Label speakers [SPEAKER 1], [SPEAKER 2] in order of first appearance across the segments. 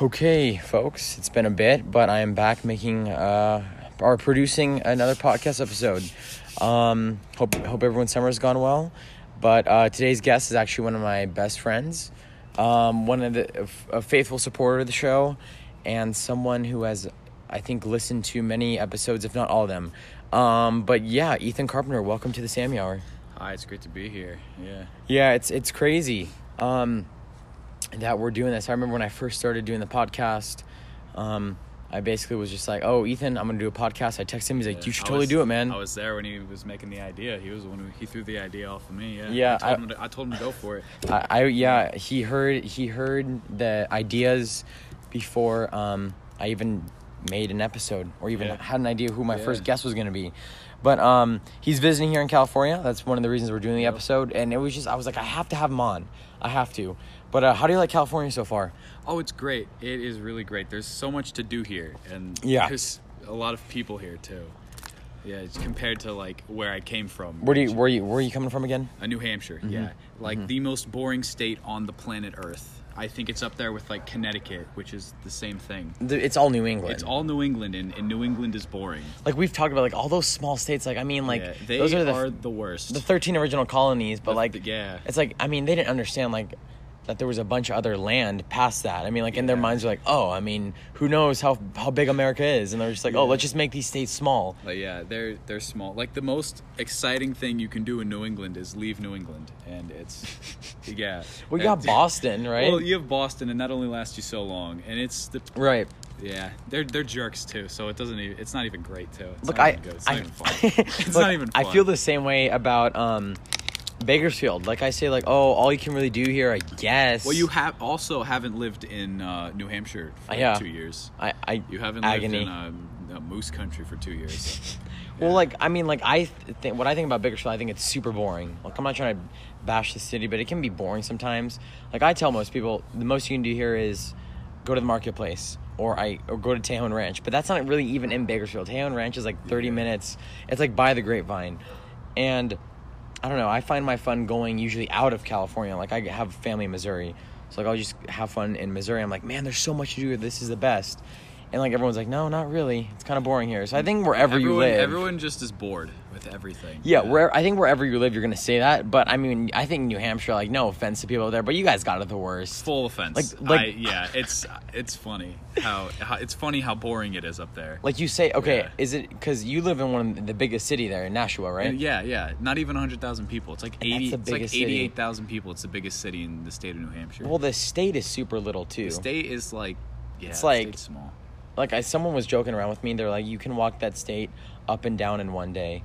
[SPEAKER 1] Okay, folks, it's been a bit, but I am back making uh, or producing another podcast episode. Um, hope hope everyone's summer has gone well. But uh, today's guest is actually one of my best friends, um, one of the a faithful supporter of the show, and someone who has I think listened to many episodes, if not all of them. Um, but yeah, Ethan Carpenter, welcome to the Sammy Hour.
[SPEAKER 2] Hi, it's great to be here. Yeah.
[SPEAKER 1] Yeah, it's it's crazy um, that we're doing this. I remember when I first started doing the podcast, um, I basically was just like, "Oh, Ethan, I'm gonna do a podcast." I texted him. He's like,
[SPEAKER 2] Yeah,
[SPEAKER 1] "You should
[SPEAKER 2] I
[SPEAKER 1] totally
[SPEAKER 2] was-
[SPEAKER 1] do it, man."
[SPEAKER 2] I was there when he was making the idea. He was the one who he threw the idea off of me. Yeah.
[SPEAKER 1] Yeah,
[SPEAKER 2] I told,
[SPEAKER 1] I-
[SPEAKER 2] him, to, I told him to go for it.
[SPEAKER 1] I, I yeah, he heard he heard the ideas before um, I even made an episode or even
[SPEAKER 2] Yeah.
[SPEAKER 1] had an idea who my
[SPEAKER 2] Yeah.
[SPEAKER 1] first guest was gonna be. But um, he's visiting here in California. That's one of the reasons we're doing the episode. And it was just I was like, I have to have him on. I have to. But uh, how do you like California so far?
[SPEAKER 2] Oh, it's great. It is really great. There's so much to do here, and
[SPEAKER 1] Yeah.
[SPEAKER 2] there's a lot of people here too. Yeah, it's compared to like where I came from.
[SPEAKER 1] Where Mm-hmm. do you
[SPEAKER 2] which-
[SPEAKER 1] where you where are you coming from again?
[SPEAKER 2] Uh, New Hampshire. Yeah, like the most boring state on the planet Earth. I think it's up there with like Connecticut, which is the same thing.
[SPEAKER 1] The- It's all New England.
[SPEAKER 2] It's all New England, and, and New England is boring.
[SPEAKER 1] like we've talked about like all those small states like i mean like
[SPEAKER 2] Yeah, they
[SPEAKER 1] those are the,
[SPEAKER 2] the worst.
[SPEAKER 1] the 13 original colonies but
[SPEAKER 2] The-
[SPEAKER 1] like
[SPEAKER 2] the- yeah.
[SPEAKER 1] it's like i mean they didn't understand like that there was a bunch of other land past that i mean like in their
[SPEAKER 2] Yeah.
[SPEAKER 1] minds they're like oh i mean who knows how how big america is and they're just like oh
[SPEAKER 2] Yeah.
[SPEAKER 1] let's just make these states small
[SPEAKER 2] But yeah, they're they're small. Like the most exciting thing you can do in New England is leave New England, and it's yeah.
[SPEAKER 1] well you got
[SPEAKER 2] And-
[SPEAKER 1] boston right
[SPEAKER 2] Well, you have Boston, and that only lasts you so long. And it's the
[SPEAKER 1] right
[SPEAKER 2] yeah, they're they're jerks too. So it doesn't even it's not even great too. It's
[SPEAKER 1] Look,
[SPEAKER 2] not
[SPEAKER 1] I,
[SPEAKER 2] even good. it's
[SPEAKER 1] I,
[SPEAKER 2] not even fun. It's
[SPEAKER 1] Look,
[SPEAKER 2] not even. Fun.
[SPEAKER 1] I feel the same way about um, Bakersfield. Like I say, like oh, all you can really do here, I guess.
[SPEAKER 2] Well, you have also haven't lived in uh, New Hampshire for
[SPEAKER 1] Yeah.
[SPEAKER 2] two years.
[SPEAKER 1] I, I,
[SPEAKER 2] You haven't
[SPEAKER 1] agony.
[SPEAKER 2] lived in um, uh, moose country for two years.
[SPEAKER 1] Well, like I mean, like I th- think what I think about Bakersfield, I think it's super boring. Like I'm not trying to bash the city, but it can be boring sometimes. Like I tell most people, the most you can do here is go to the marketplace or I or go to Tejon Ranch, but that's not really even in Bakersfield. Tejon Ranch is like 30
[SPEAKER 2] Yeah.
[SPEAKER 1] minutes. It's like by the grapevine, and I don't know. I find my fun going usually out of California. Like I have family in Missouri, so like I'll just have fun in Missouri. I'm like, man, there's so much to do. here. This is the best. And like everyone's like, no, not really. It's kind of boring here. So I think wherever you
[SPEAKER 2] everyone,
[SPEAKER 1] live,
[SPEAKER 2] everyone just is bored with everything.
[SPEAKER 1] yeah, where I think wherever you live, you're gonna say that. But I mean, I think New Hampshire. Like, no offense to people out there, but you guys got it the worst.
[SPEAKER 2] full offense.
[SPEAKER 1] Like- like-
[SPEAKER 2] I, yeah, it's it's funny how, how it's funny how boring it is up there.
[SPEAKER 1] Like you say, okay,
[SPEAKER 2] Yeah.
[SPEAKER 1] is it because you live in one of the biggest city there in Nashua, right?
[SPEAKER 2] And yeah, yeah, not even hundred thousand people. It's like
[SPEAKER 1] And that's
[SPEAKER 2] eighty.
[SPEAKER 1] the
[SPEAKER 2] It's like
[SPEAKER 1] biggest city.
[SPEAKER 2] eighty-eight thousand people. It's the biggest city in the state of New Hampshire.
[SPEAKER 1] Well, the state is super little too.
[SPEAKER 2] the state is like yeah,
[SPEAKER 1] It's
[SPEAKER 2] the
[SPEAKER 1] like-
[SPEAKER 2] state's small.
[SPEAKER 1] Like, I, someone was joking around with me. They're like, you can walk that state up and down in one day.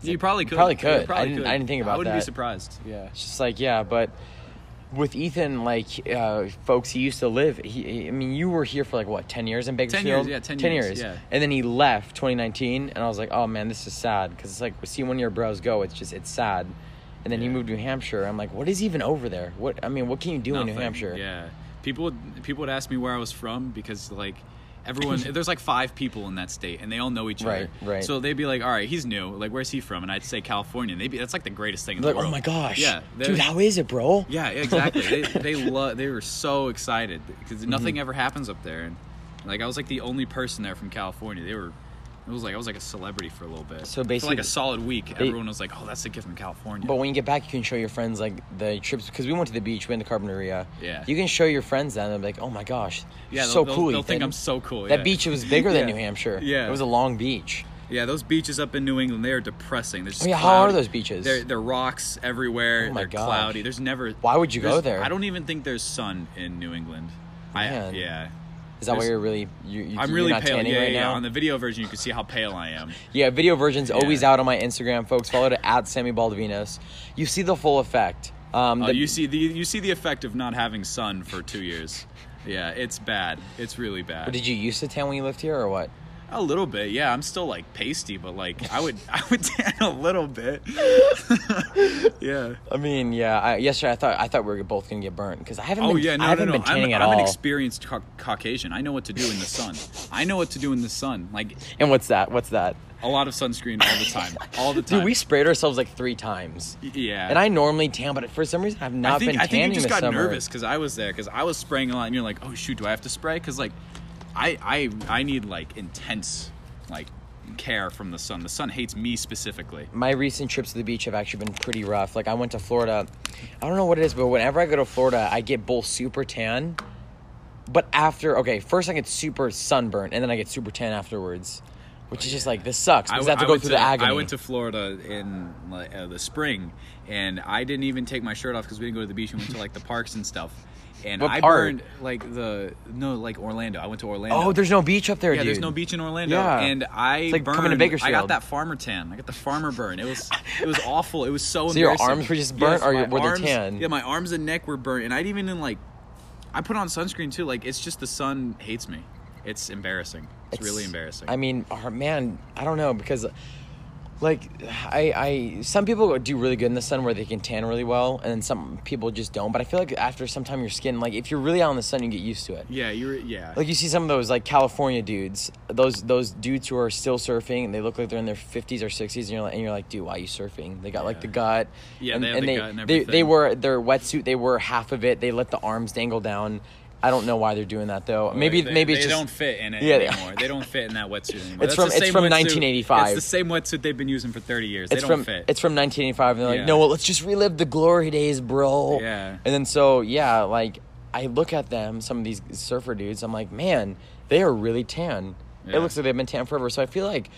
[SPEAKER 2] You probably could.
[SPEAKER 1] probably
[SPEAKER 2] You
[SPEAKER 1] could. I didn't- I didn't think about
[SPEAKER 2] I wouldn't
[SPEAKER 1] that.
[SPEAKER 2] be surprised. Yeah.
[SPEAKER 1] It's just like, yeah, but with Ethan, like, uh, folks, he used to live. He, I mean, you were here for like what, ten years in Bakersfield?
[SPEAKER 2] yeah, 10
[SPEAKER 1] 10
[SPEAKER 2] years,
[SPEAKER 1] years.
[SPEAKER 2] yeah.
[SPEAKER 1] And then he left 2019, and I was like, oh man, this is sad because it's like see when your bros go, it's just it's sad. And then he
[SPEAKER 2] Yeah.
[SPEAKER 1] moved to New Hampshire. I'm like, what is even over there? What I mean, what can you do in New
[SPEAKER 2] Nothing.
[SPEAKER 1] Hampshire?
[SPEAKER 2] Yeah. People would people would ask me where I was from because like everyone there's like five people in that state and they all know each
[SPEAKER 1] Right,
[SPEAKER 2] other.
[SPEAKER 1] right.
[SPEAKER 2] So they'd be like, "All right, he's new. Like, where's he from?" And I'd say California. And they'd be that's like the greatest thing in
[SPEAKER 1] Like,
[SPEAKER 2] the world.
[SPEAKER 1] oh my gosh,
[SPEAKER 2] Yeah, they're-
[SPEAKER 1] dude, how is it, bro?
[SPEAKER 2] Yeah, exactly. they they lo- they were so excited because
[SPEAKER 1] Mm-hmm.
[SPEAKER 2] nothing ever happens up there, and like I was like the only person there from California. They were. It was like I was like a celebrity for a little bit.
[SPEAKER 1] So
[SPEAKER 2] for like
[SPEAKER 1] basically-
[SPEAKER 2] a solid week, everyone was like, "Oh, that's the kid from California."
[SPEAKER 1] But when you get back, you can show your friends like the trips because we went to the beach, we went to Carboneria.
[SPEAKER 2] Yeah.
[SPEAKER 1] You can show your friends that, and they're like, "Oh my gosh,
[SPEAKER 2] yeah,
[SPEAKER 1] so
[SPEAKER 2] they'll, they'll-
[SPEAKER 1] cool."
[SPEAKER 2] They'll think
[SPEAKER 1] Ethan."
[SPEAKER 2] I'm so cool.
[SPEAKER 1] That
[SPEAKER 2] yeah.
[SPEAKER 1] beach was bigger than
[SPEAKER 2] Yeah.
[SPEAKER 1] New Hampshire.
[SPEAKER 2] Yeah.
[SPEAKER 1] It was a long beach.
[SPEAKER 2] Yeah, those beaches up in New England, they are depressing. They're just
[SPEAKER 1] Oh, yeah, how are
[SPEAKER 2] cloudy.
[SPEAKER 1] those beaches?
[SPEAKER 2] They're, they're rocks everywhere.
[SPEAKER 1] Oh, my
[SPEAKER 2] they're
[SPEAKER 1] gosh.
[SPEAKER 2] cloudy. There's never.
[SPEAKER 1] Why would you go
[SPEAKER 2] there's-
[SPEAKER 1] there?
[SPEAKER 2] I don't even think there's sun in New England. I,
[SPEAKER 1] Man.
[SPEAKER 2] yeah.
[SPEAKER 1] Is that why
[SPEAKER 2] There's-
[SPEAKER 1] you're really you, you
[SPEAKER 2] I'm
[SPEAKER 1] you're
[SPEAKER 2] really
[SPEAKER 1] not
[SPEAKER 2] pale.
[SPEAKER 1] tanning
[SPEAKER 2] Yeah,
[SPEAKER 1] right
[SPEAKER 2] yeah,
[SPEAKER 1] now?
[SPEAKER 2] On the video version, you can see how pale I am.
[SPEAKER 1] yeah, video version's always
[SPEAKER 2] Yeah.
[SPEAKER 1] out on my Instagram, folks. Follow it at Sammy Baldivinos. You see the full effect. Um,
[SPEAKER 2] Uh,
[SPEAKER 1] the-
[SPEAKER 2] you see the you see the effect of not having sun for two years. Yeah, it's bad. It's really bad.
[SPEAKER 1] did you used to tan when you lived here or what?
[SPEAKER 2] A little bit, yeah. I'm still like pasty, but like I would, I would tan a little bit. yeah.
[SPEAKER 1] I mean, yeah. I, yesterday, I thought I thought we were both gonna get burnt because I haven't.
[SPEAKER 2] Oh
[SPEAKER 1] been,
[SPEAKER 2] yeah, no,
[SPEAKER 1] I
[SPEAKER 2] no,
[SPEAKER 1] haven't
[SPEAKER 2] no.
[SPEAKER 1] been
[SPEAKER 2] I'm,
[SPEAKER 1] tanning at
[SPEAKER 2] I'm
[SPEAKER 1] all.
[SPEAKER 2] an experienced ca- Caucasian. I know what to do in the sun. I know what to do in the sun. Like
[SPEAKER 1] and what's that? What's that?
[SPEAKER 2] a lot of sunscreen all the time, all the time.
[SPEAKER 1] Dude, we sprayed ourselves like three times.
[SPEAKER 2] yeah.
[SPEAKER 1] And I normally tan, but for some reason I've not
[SPEAKER 2] I think,
[SPEAKER 1] been
[SPEAKER 2] I
[SPEAKER 1] tanning
[SPEAKER 2] think you just got
[SPEAKER 1] this summer.
[SPEAKER 2] nervous because I was there because I was spraying a lot, and you're like, "Oh shoot, do I have to spray?" Because like, I I I need like intense like care from the sun. The sun hates me specifically.
[SPEAKER 1] my recent trips to the beach have actually been pretty rough. Like I went to Florida. I don't know what it is, but whenever I go to Florida, I get both super tan. But after, okay, first I get super sunburnt, and then I get super tan afterwards, which is just like this sucks because I,
[SPEAKER 2] Oh, w-
[SPEAKER 1] have to go
[SPEAKER 2] went
[SPEAKER 1] through the agony.
[SPEAKER 2] I went to Florida in like, uh, the spring, and I didn't even take my shirt off because we didn't go to the beach. We went to like the parks and stuff. And
[SPEAKER 1] What
[SPEAKER 2] I
[SPEAKER 1] park?
[SPEAKER 2] burned like the no, like Orlando. I went to Orlando.
[SPEAKER 1] oh, there's no beach up there,
[SPEAKER 2] yeah,
[SPEAKER 1] dude.
[SPEAKER 2] there's no beach in Orlando,
[SPEAKER 1] Yeah.
[SPEAKER 2] and I
[SPEAKER 1] It's like coming
[SPEAKER 2] burned. I
[SPEAKER 1] to
[SPEAKER 2] got
[SPEAKER 1] Bakersfield.
[SPEAKER 2] that farmer tan. I got the farmer burn. It was it was awful. It was so.
[SPEAKER 1] So your
[SPEAKER 2] embarrassing.
[SPEAKER 1] arms were just burnt, or
[SPEAKER 2] my
[SPEAKER 1] were they
[SPEAKER 2] arms-
[SPEAKER 1] tan?
[SPEAKER 2] Yeah, my arms and neck were burnt, and I'd even in like, I put on sunscreen too. Like it's just the sun hates me. It's embarrassing. It's, really embarrassing.
[SPEAKER 1] I mean, oh, man, I don't know because, like, I, I some people do really good in the sun where they can tan really well, and then some people just don't. But I feel like after some time, your skin, like, if you're really out in the sun, you get used to it.
[SPEAKER 2] yeah, you're yeah.
[SPEAKER 1] Like you see some of those like California dudes, those those dudes who are still surfing and they look like they're in their fifties or sixties, and you're like, and you're like, dude, why are you surfing? They got like
[SPEAKER 2] Yeah.
[SPEAKER 1] the gut,
[SPEAKER 2] Yeah,
[SPEAKER 1] and,
[SPEAKER 2] they have
[SPEAKER 1] and
[SPEAKER 2] the
[SPEAKER 1] they,
[SPEAKER 2] gut and
[SPEAKER 1] they they
[SPEAKER 2] everything.
[SPEAKER 1] were their wetsuit, they were half of it. They let the arms dangle down. I don't know why they're doing that though. maybe
[SPEAKER 2] they,
[SPEAKER 1] maybe
[SPEAKER 2] they
[SPEAKER 1] it's just
[SPEAKER 2] don't fit in it
[SPEAKER 1] Yeah, they-
[SPEAKER 2] anymore. They don't fit in that wetsuit anymore. That's
[SPEAKER 1] It's from-
[SPEAKER 2] the
[SPEAKER 1] it's
[SPEAKER 2] same
[SPEAKER 1] from
[SPEAKER 2] wetsuit-
[SPEAKER 1] 1985.
[SPEAKER 2] It's the same wetsuit they've been using for 30 years.
[SPEAKER 1] it's
[SPEAKER 2] they
[SPEAKER 1] from
[SPEAKER 2] don't fit.
[SPEAKER 1] it's from 1985, and they're like,
[SPEAKER 2] Yeah.
[SPEAKER 1] no, well, let's just relive the glory days, bro.
[SPEAKER 2] Yeah.
[SPEAKER 1] And then so yeah, like I look at them, some of these surfer dudes, I'm like, man, they are really tan.
[SPEAKER 2] Yeah.
[SPEAKER 1] It looks like they've been tan forever. So I feel like,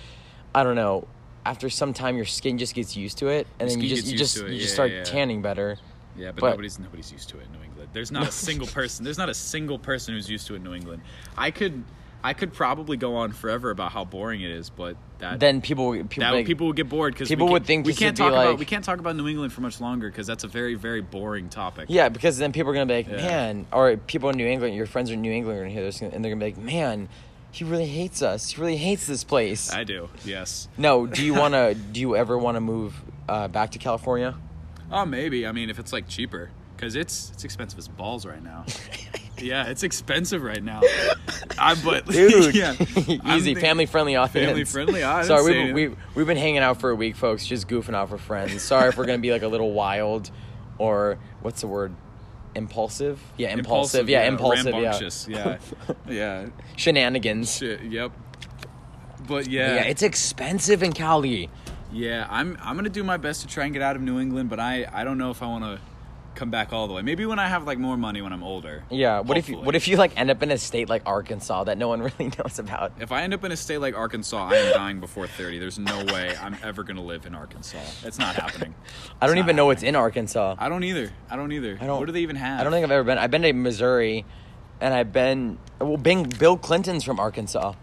[SPEAKER 1] I don't know, after some time, your skin just gets used to it, and then
[SPEAKER 2] skin
[SPEAKER 1] you just
[SPEAKER 2] gets
[SPEAKER 1] you
[SPEAKER 2] used
[SPEAKER 1] just
[SPEAKER 2] to
[SPEAKER 1] you
[SPEAKER 2] it,
[SPEAKER 1] just
[SPEAKER 2] yeah,
[SPEAKER 1] start
[SPEAKER 2] yeah.
[SPEAKER 1] tanning better.
[SPEAKER 2] yeah, but,
[SPEAKER 1] but-
[SPEAKER 2] nobody's nobody's used to it in New England. There's not a single person. There's not a single person who's used to it in New England. I could I could probably go on forever about how boring it is, but that
[SPEAKER 1] Then people people
[SPEAKER 2] that
[SPEAKER 1] like-
[SPEAKER 2] people would get bored because
[SPEAKER 1] people would think
[SPEAKER 2] we
[SPEAKER 1] this
[SPEAKER 2] can't
[SPEAKER 1] would
[SPEAKER 2] talk
[SPEAKER 1] be
[SPEAKER 2] about
[SPEAKER 1] like-
[SPEAKER 2] we can't talk about New England for much longer because that's a very very boring topic.
[SPEAKER 1] Yeah, because then people are gonna be like,
[SPEAKER 2] Yeah.
[SPEAKER 1] man, or people in New England, your friends in New England are gonna hear this, and they're gonna be like, man, he really hates us. He really hates this place.
[SPEAKER 2] I do. Yes.
[SPEAKER 1] No, do you want to? do you ever want to move uh, back to California?
[SPEAKER 2] Oh, maybe. I mean, if it's like cheaper, because it's it's expensive as balls right now. yeah, it's expensive right now. I but
[SPEAKER 1] Dude,
[SPEAKER 2] yeah, I'm
[SPEAKER 1] easy,
[SPEAKER 2] thinking-
[SPEAKER 1] family friendly audience.
[SPEAKER 2] Family-friendly audience, yeah.
[SPEAKER 1] Sorry, we, we we've been hanging out for a week, folks, just goofing off with friends. Sorry if we're gonna be like a little wild, or what's the word? Impulsive. Yeah, impulsive. yeah, impulsive.
[SPEAKER 2] rambunctious, Yeah, yeah,
[SPEAKER 1] Yeah, shenanigans.
[SPEAKER 2] Shit, yep. But
[SPEAKER 1] Yeah. it's expensive in Cali.
[SPEAKER 2] Yeah, I'm I'm gonna do my best to try and get out of New England, but I I don't know if I want to come back all the way. Maybe when I have like more money when I'm older.
[SPEAKER 1] Yeah. What if you
[SPEAKER 2] Hopefully.
[SPEAKER 1] what if you like end up in a state like Arkansas that no one really knows about?
[SPEAKER 2] If I end up in a state like Arkansas, I am dying before 30. There's no way I'm ever going to live in Arkansas. It's not happening.
[SPEAKER 1] I don't
[SPEAKER 2] It's
[SPEAKER 1] even
[SPEAKER 2] not
[SPEAKER 1] know what's in Arkansas.
[SPEAKER 2] I don't either. I don't either.
[SPEAKER 1] I don't-
[SPEAKER 2] what do they even have?
[SPEAKER 1] I don't think I've ever been. I've been to Missouri, and I've been well. Bing, Bill Clinton's from Arkansas.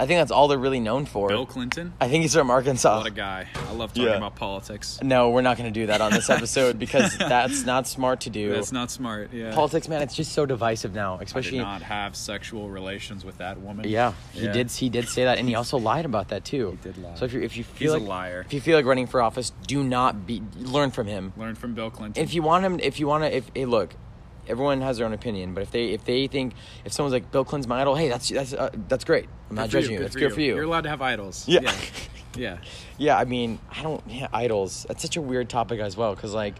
[SPEAKER 1] I think that's all they're really known for.
[SPEAKER 2] Bill Clinton.
[SPEAKER 1] I think he's from Arkansas.
[SPEAKER 2] What a guy! I love talking
[SPEAKER 1] Yeah.
[SPEAKER 2] about politics.
[SPEAKER 1] No, we're not going to do that on this episode because that's not smart to do.
[SPEAKER 2] That's not smart. Yeah.
[SPEAKER 1] Politics, man, it's just so divisive now,
[SPEAKER 2] I did
[SPEAKER 1] especially.
[SPEAKER 2] not have sexual relations with that woman.
[SPEAKER 1] Yeah, he
[SPEAKER 2] Yeah.
[SPEAKER 1] did. He did say that, and he also lied about that too.
[SPEAKER 2] He did lie.
[SPEAKER 1] So if you if you
[SPEAKER 2] He's
[SPEAKER 1] feel
[SPEAKER 2] a
[SPEAKER 1] like
[SPEAKER 2] liar.
[SPEAKER 1] if you feel like running for office, do not be learn from him.
[SPEAKER 2] Learn from Bill Clinton.
[SPEAKER 1] if you want him if you want to if hey look everyone has their own opinion but if they if they think if someone's like bill clinton's my idol hey that's that's uh, that's great i'm not
[SPEAKER 2] Good for
[SPEAKER 1] judging you
[SPEAKER 2] Good
[SPEAKER 1] that's good for you
[SPEAKER 2] You're allowed to have idols.
[SPEAKER 1] Yeah.
[SPEAKER 2] Yeah. Yeah.
[SPEAKER 1] yeah i mean i don't yeah, idols that's such a weird topic as well because like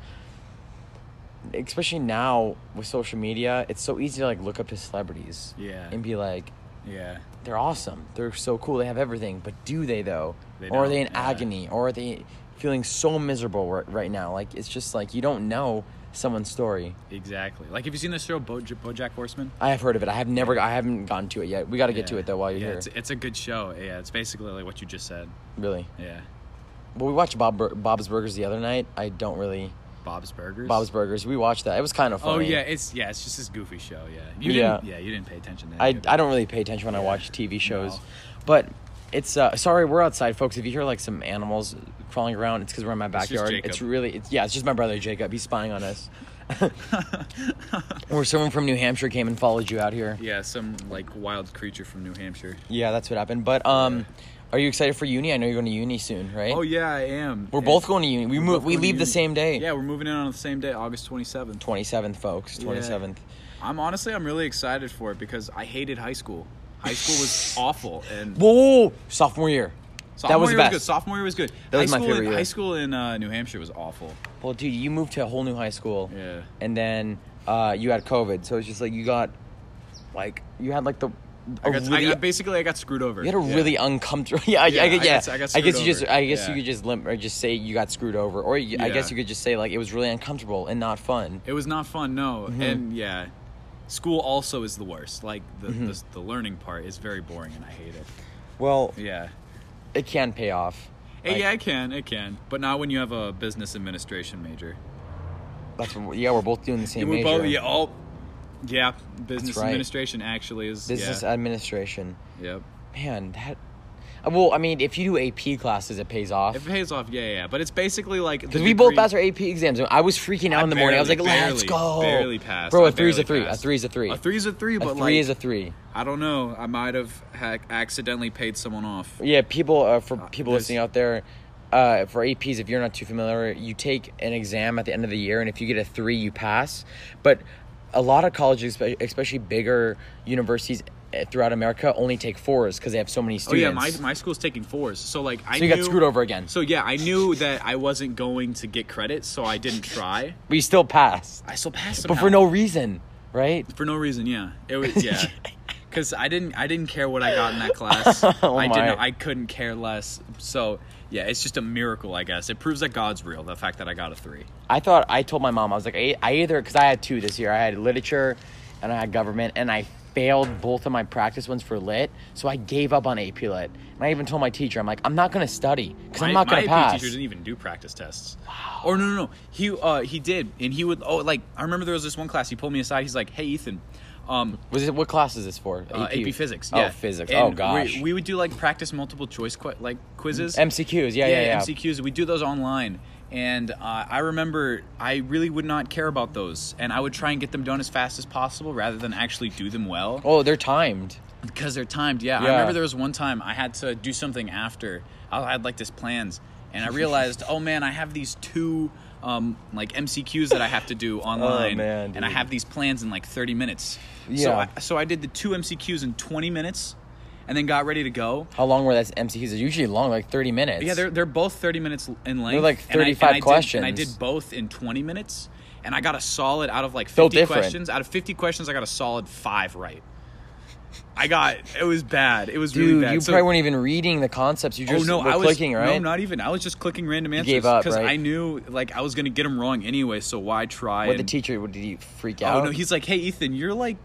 [SPEAKER 1] especially now with social media it's so easy to like look up to celebrities
[SPEAKER 2] Yeah.
[SPEAKER 1] and be like
[SPEAKER 2] Yeah.
[SPEAKER 1] they're awesome they're so cool they have everything but do they though
[SPEAKER 2] They
[SPEAKER 1] or are
[SPEAKER 2] don't,
[SPEAKER 1] they in
[SPEAKER 2] yeah.
[SPEAKER 1] agony or are they feeling so miserable right, right now like it's just like you don't know someone's story
[SPEAKER 2] Exactly. Like, have you seen the show Bo- BoJack Horseman?
[SPEAKER 1] I have heard of it. I have never. I haven't gotten to it yet. We got to get to
[SPEAKER 2] Yeah.
[SPEAKER 1] it though while you're
[SPEAKER 2] yeah,
[SPEAKER 1] here.
[SPEAKER 2] It's, it's a good show. Yeah. It's basically like what you just said.
[SPEAKER 1] really.
[SPEAKER 2] Yeah.
[SPEAKER 1] Well, we watched Bob Bur- Bob's Burgers the other night. I don't really
[SPEAKER 2] Bob's Burgers.
[SPEAKER 1] Bob's Burgers. We watched that. It was kind of
[SPEAKER 2] Oh
[SPEAKER 1] funny.
[SPEAKER 2] yeah, it's yeah, it's just this goofy show. Yeah, you
[SPEAKER 1] Yeah.
[SPEAKER 2] Didn't, yeah, you didn't pay attention. To any
[SPEAKER 1] I
[SPEAKER 2] of it.
[SPEAKER 1] I don't really pay attention when I watch TV shows,
[SPEAKER 2] No.
[SPEAKER 1] but it's uh sorry we're outside, folks. If you hear like some animals crawling around, it's because we're in my
[SPEAKER 2] just
[SPEAKER 1] backyard.
[SPEAKER 2] Jacob.
[SPEAKER 1] It's really it's yeah. It's just my brother Jacob. He's spying on us. or someone from New Hampshire came and followed you out here.
[SPEAKER 2] Yeah, some like wild creature from New Hampshire.
[SPEAKER 1] Yeah, that's what happened. But um, are you excited for uni? I know you're going to uni soon, right?
[SPEAKER 2] Oh yeah, I am.
[SPEAKER 1] We're
[SPEAKER 2] And-
[SPEAKER 1] both going to uni. We
[SPEAKER 2] We're
[SPEAKER 1] move.
[SPEAKER 2] both
[SPEAKER 1] We
[SPEAKER 2] going to
[SPEAKER 1] leave the
[SPEAKER 2] uni.
[SPEAKER 1] same day.
[SPEAKER 2] Yeah, we're moving in on the same day, August twenty seventh.
[SPEAKER 1] Twenty seventh, folks.
[SPEAKER 2] Yeah.
[SPEAKER 1] Twenty seventh.
[SPEAKER 2] I'm honestly, I'm really excited for it because I hated high school. High school was awful, and
[SPEAKER 1] Whoa, whoa, whoa. sophomore year.
[SPEAKER 2] sophomore
[SPEAKER 1] that was the
[SPEAKER 2] year
[SPEAKER 1] best.
[SPEAKER 2] good. Sophomore year was good.
[SPEAKER 1] That
[SPEAKER 2] high
[SPEAKER 1] was my
[SPEAKER 2] school
[SPEAKER 1] favorite
[SPEAKER 2] in,
[SPEAKER 1] year.
[SPEAKER 2] High school in uh, New Hampshire was awful.
[SPEAKER 1] Well, dude, you moved to a whole new high school.
[SPEAKER 2] Yeah.
[SPEAKER 1] And then uh, you had COVID, so it's just like you got, like you had like the.
[SPEAKER 2] I
[SPEAKER 1] a
[SPEAKER 2] got,
[SPEAKER 1] really-
[SPEAKER 2] I got- basically, I got screwed over.
[SPEAKER 1] You had a
[SPEAKER 2] Yeah.
[SPEAKER 1] really uncomfortable. Yeah, I,
[SPEAKER 2] Yeah,
[SPEAKER 1] I, gu-
[SPEAKER 2] I
[SPEAKER 1] yeah.
[SPEAKER 2] got- I got
[SPEAKER 1] I guess
[SPEAKER 2] screwed
[SPEAKER 1] you just.
[SPEAKER 2] over.
[SPEAKER 1] I guess
[SPEAKER 2] Yeah.
[SPEAKER 1] you could just limp or just say you got screwed over, or you, I guess
[SPEAKER 2] Yeah.
[SPEAKER 1] you could just say like it was really uncomfortable and not fun.
[SPEAKER 2] It was not fun, no.
[SPEAKER 1] Mm-hmm.
[SPEAKER 2] And yeah, school also is the worst. Like the,
[SPEAKER 1] Mm-hmm.
[SPEAKER 2] the the learning part is very boring, and I hate it.
[SPEAKER 1] Well,
[SPEAKER 2] Yeah.
[SPEAKER 1] it can pay off.
[SPEAKER 2] Eh,
[SPEAKER 1] Like,
[SPEAKER 2] yeah, it can, it can, but not when you have a business administration major.
[SPEAKER 1] That's what, yeah. We're both doing the same.
[SPEAKER 2] And we're
[SPEAKER 1] major.
[SPEAKER 2] both, yeah, all, yeah, business
[SPEAKER 1] right.
[SPEAKER 2] administration actually is
[SPEAKER 1] Business
[SPEAKER 2] yeah,
[SPEAKER 1] administration.
[SPEAKER 2] yep.
[SPEAKER 1] Man, that. uh, Well, I mean, if you do AP classes, it pays off.
[SPEAKER 2] If it pays off, yeah, yeah, yeah. But it's basically like
[SPEAKER 1] Because we both passed our AP exams. and I was freaking out
[SPEAKER 2] I
[SPEAKER 1] in the morning. I was like,
[SPEAKER 2] barely-
[SPEAKER 1] let's
[SPEAKER 2] barely-
[SPEAKER 1] go.
[SPEAKER 2] barely passed.
[SPEAKER 1] Bro,
[SPEAKER 2] I
[SPEAKER 1] a three's a
[SPEAKER 2] barely
[SPEAKER 1] three. A
[SPEAKER 2] passed.
[SPEAKER 1] three's a three.
[SPEAKER 2] A three's a three,
[SPEAKER 1] A
[SPEAKER 2] but
[SPEAKER 1] three
[SPEAKER 2] like
[SPEAKER 1] is a three.
[SPEAKER 2] I don't know. I might have ha- accidentally paid someone off.
[SPEAKER 1] Yeah, people, uh, for people
[SPEAKER 2] there's-
[SPEAKER 1] listening out there, uh, for APs, if you're not too familiar, you take an exam at the end of the year, and if you get a three, you pass. But a lot of colleges, espe- especially bigger universities uh, throughout America, only take fours because they have so many
[SPEAKER 2] Oh yeah,
[SPEAKER 1] students.
[SPEAKER 2] my, my school's taking fours, so like I
[SPEAKER 1] so you got
[SPEAKER 2] knew-
[SPEAKER 1] screwed over again.
[SPEAKER 2] So yeah, I knew that I wasn't going to get credit, so I didn't try.
[SPEAKER 1] But you still passed.
[SPEAKER 2] I still passed.
[SPEAKER 1] But
[SPEAKER 2] somehow.
[SPEAKER 1] for no reason, right?
[SPEAKER 2] for no reason. Yeah, it was yeah, because I didn't I didn't care what I got in that class.
[SPEAKER 1] Oh,
[SPEAKER 2] I
[SPEAKER 1] my.
[SPEAKER 2] didn't I couldn't care less. So yeah, it's just a miracle, I guess. It proves that God's real. The fact that I got a three.
[SPEAKER 1] I thought I told my mom I was like I, I either because I had two this year. I had literature, and I had government, and I failed both of my practice ones for lit. So I gave up on AP lit, and I even told my teacher I'm like I'm not gonna study because I'm
[SPEAKER 2] My-
[SPEAKER 1] not gonna
[SPEAKER 2] my
[SPEAKER 1] pass.
[SPEAKER 2] AP teacher didn't even do practice tests. Wow. Or no, no, no. He uh he did, and he would oh like I remember there was this one class. He pulled me aside. He's like, Hey, Ethan. Um,
[SPEAKER 1] Was it what class is this for?
[SPEAKER 2] uh, AP, physics.
[SPEAKER 1] Oh,
[SPEAKER 2] Yeah.
[SPEAKER 1] physics.
[SPEAKER 2] And
[SPEAKER 1] oh
[SPEAKER 2] we-
[SPEAKER 1] gosh.
[SPEAKER 2] We, would do like practice multiple choice qu- like quizzes.
[SPEAKER 1] MCQs. Yeah, yeah, yeah.
[SPEAKER 2] MCQs. We do those online, and uh, I remember I really would not care about those, and I would try and get them done as fast as possible rather than actually do them well
[SPEAKER 1] Oh, they're timed.
[SPEAKER 2] because they're timed. Yeah,
[SPEAKER 1] Yeah.
[SPEAKER 2] I remember there was one time I had to do something after I I had like this plans, and I realized, oh man, I have these two. Um, like MCQs that I have to do online,
[SPEAKER 1] Oh, man,
[SPEAKER 2] and I
[SPEAKER 1] dude.
[SPEAKER 2] have these plans in like 30 minutes. So
[SPEAKER 1] Yeah.
[SPEAKER 2] I, so I did the two MCQs in 20 minutes, and then got ready to go.
[SPEAKER 1] How long were those MCQs? They're usually long, like 30 minutes.
[SPEAKER 2] Yeah, they're they're both thirty minutes in length.
[SPEAKER 1] like,
[SPEAKER 2] and I- and
[SPEAKER 1] 35
[SPEAKER 2] I did-
[SPEAKER 1] questions.
[SPEAKER 2] and I did both in twenty minutes, and I got a solid out of like
[SPEAKER 1] Still
[SPEAKER 2] fifty
[SPEAKER 1] different.
[SPEAKER 2] questions. Out of fifty questions, I got a solid five right. I got it was bad. It was really
[SPEAKER 1] Dude,
[SPEAKER 2] bad.
[SPEAKER 1] you
[SPEAKER 2] So-
[SPEAKER 1] probably weren't even reading the concepts. You just
[SPEAKER 2] oh no,
[SPEAKER 1] were
[SPEAKER 2] I was
[SPEAKER 1] clicking, right?
[SPEAKER 2] No, not even. I was just clicking random answers
[SPEAKER 1] gave up, right?
[SPEAKER 2] I knew like I was gonna get them wrong anyway. So why try?
[SPEAKER 1] what the
[SPEAKER 2] and-
[SPEAKER 1] teacher? What, did he freak out?
[SPEAKER 2] Oh no, he's like, hey Ethan, you're like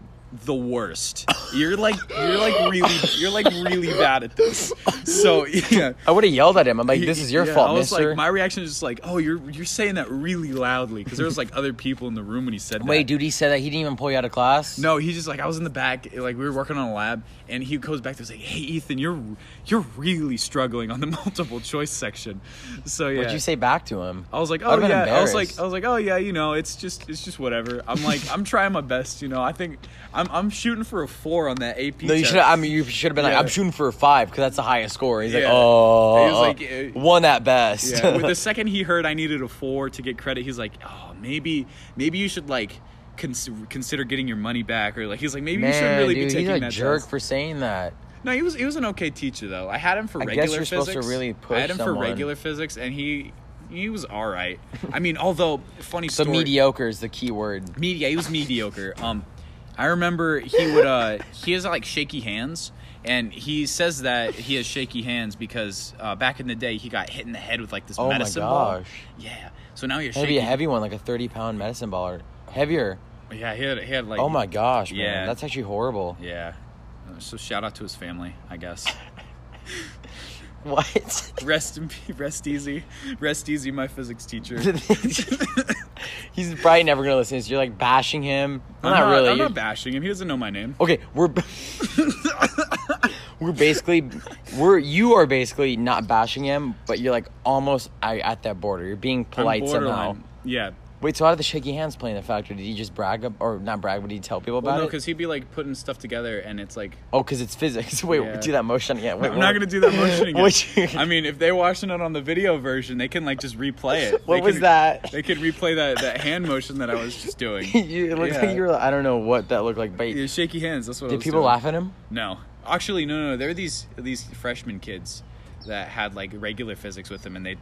[SPEAKER 2] the worst. You're like you're like really you're like really bad at this. So yeah.
[SPEAKER 1] I would have yelled at him. I'm like, this is your
[SPEAKER 2] Yeah,
[SPEAKER 1] fault,
[SPEAKER 2] I was
[SPEAKER 1] mister.
[SPEAKER 2] like, my reaction is just like, oh, you're you're saying that really loudly because there was like other people in the room when he said that.
[SPEAKER 1] Wait, dude, he said that he didn't even pull you out of class.
[SPEAKER 2] No, he's just like I was in the back, like we were working on a lab, and he goes back to us like, hey Ethan, you're you're really struggling on the multiple choice section. So yeah.
[SPEAKER 1] What'd you say back to him?
[SPEAKER 2] I was like, oh
[SPEAKER 1] I'd been
[SPEAKER 2] yeah. I was like,
[SPEAKER 1] embarrassed.
[SPEAKER 2] I was like, oh yeah. You know, it's just, it's just whatever. I'm like, I'm trying my best. You know, I think I'm, I'm shooting for a four on that AP.
[SPEAKER 1] No, you
[SPEAKER 2] test.
[SPEAKER 1] should. I mean, you should have been like,
[SPEAKER 2] Yeah.
[SPEAKER 1] I'm shooting for a five because that's the highest score. He's like,
[SPEAKER 2] Yeah.
[SPEAKER 1] oh,
[SPEAKER 2] He was like,
[SPEAKER 1] uh,
[SPEAKER 2] uh,
[SPEAKER 1] one at best.
[SPEAKER 2] Yeah. the second he heard I needed a four to get credit, he's like, "Oh, maybe, maybe you should like cons- consider getting your money back." Or like, he's like, "Maybe you should
[SPEAKER 1] Man,
[SPEAKER 2] really
[SPEAKER 1] dude,
[SPEAKER 2] be
[SPEAKER 1] he's
[SPEAKER 2] taking
[SPEAKER 1] a
[SPEAKER 2] that
[SPEAKER 1] jerk
[SPEAKER 2] test."
[SPEAKER 1] for saying that.
[SPEAKER 2] No, he was he was an okay teacher though. I had him for
[SPEAKER 1] I guess
[SPEAKER 2] regular
[SPEAKER 1] you're
[SPEAKER 2] physics.
[SPEAKER 1] supposed to really
[SPEAKER 2] I had
[SPEAKER 1] push
[SPEAKER 2] him for
[SPEAKER 1] someone.
[SPEAKER 2] regular physics, and he he was all right. I mean, although funny
[SPEAKER 1] So
[SPEAKER 2] story,
[SPEAKER 1] mediocre is the key word.
[SPEAKER 2] media he was mediocre um i remember he would uh he has like shaky hands and he says that he has shaky hands because uh, back in the day he got hit in the head with like this
[SPEAKER 1] Oh my
[SPEAKER 2] medicine ball
[SPEAKER 1] gosh.
[SPEAKER 2] yeah so now you're
[SPEAKER 1] Maybe
[SPEAKER 2] shaky
[SPEAKER 1] a heavy one, like a 30 pound medicine ball or heavier.
[SPEAKER 2] yeah he had, he had like
[SPEAKER 1] Oh my gosh, man,
[SPEAKER 2] Yeah.
[SPEAKER 1] that's actually horrible.
[SPEAKER 2] yeah Uh, so shout out to his family i guess
[SPEAKER 1] What?
[SPEAKER 2] rest in pe- rest easy rest easy my physics teacher
[SPEAKER 1] he's probably never gonna listen. to this. you're like bashing him.
[SPEAKER 2] I'm
[SPEAKER 1] not, really.
[SPEAKER 2] i'm
[SPEAKER 1] You're-
[SPEAKER 2] not bashing him he doesn't know my name
[SPEAKER 1] Okay, we're we're basically we're you are basically not bashing him, but you're like almost I, at that border. You're being
[SPEAKER 2] I'm
[SPEAKER 1] polite somehow.
[SPEAKER 2] borderline. yeah
[SPEAKER 1] Wait, so how did the shaky hands play in the factory? Did he just brag ab- or not brag? But did he tell people
[SPEAKER 2] Well,
[SPEAKER 1] about
[SPEAKER 2] no,
[SPEAKER 1] it?
[SPEAKER 2] because he'd be like putting stuff together, and it's like
[SPEAKER 1] Oh, because it's physics. Wait,
[SPEAKER 2] Yeah.
[SPEAKER 1] do that motion again. Wait,
[SPEAKER 2] I'm not gonna do that motion again.
[SPEAKER 1] What you-
[SPEAKER 2] I mean, if they're watching it on the video version, they can like just replay it.
[SPEAKER 1] What
[SPEAKER 2] They
[SPEAKER 1] was
[SPEAKER 2] could-
[SPEAKER 1] that?
[SPEAKER 2] They could replay that that hand motion that I was just doing.
[SPEAKER 1] you, it looks
[SPEAKER 2] Yeah.
[SPEAKER 1] like you were. I don't know what that looked like, but
[SPEAKER 2] Yeah, shaky hands. That's what. I
[SPEAKER 1] did
[SPEAKER 2] was
[SPEAKER 1] people
[SPEAKER 2] doing.
[SPEAKER 1] laugh at him?
[SPEAKER 2] No, actually, no, no. There were these these freshman kids that had like regular physics with them, and they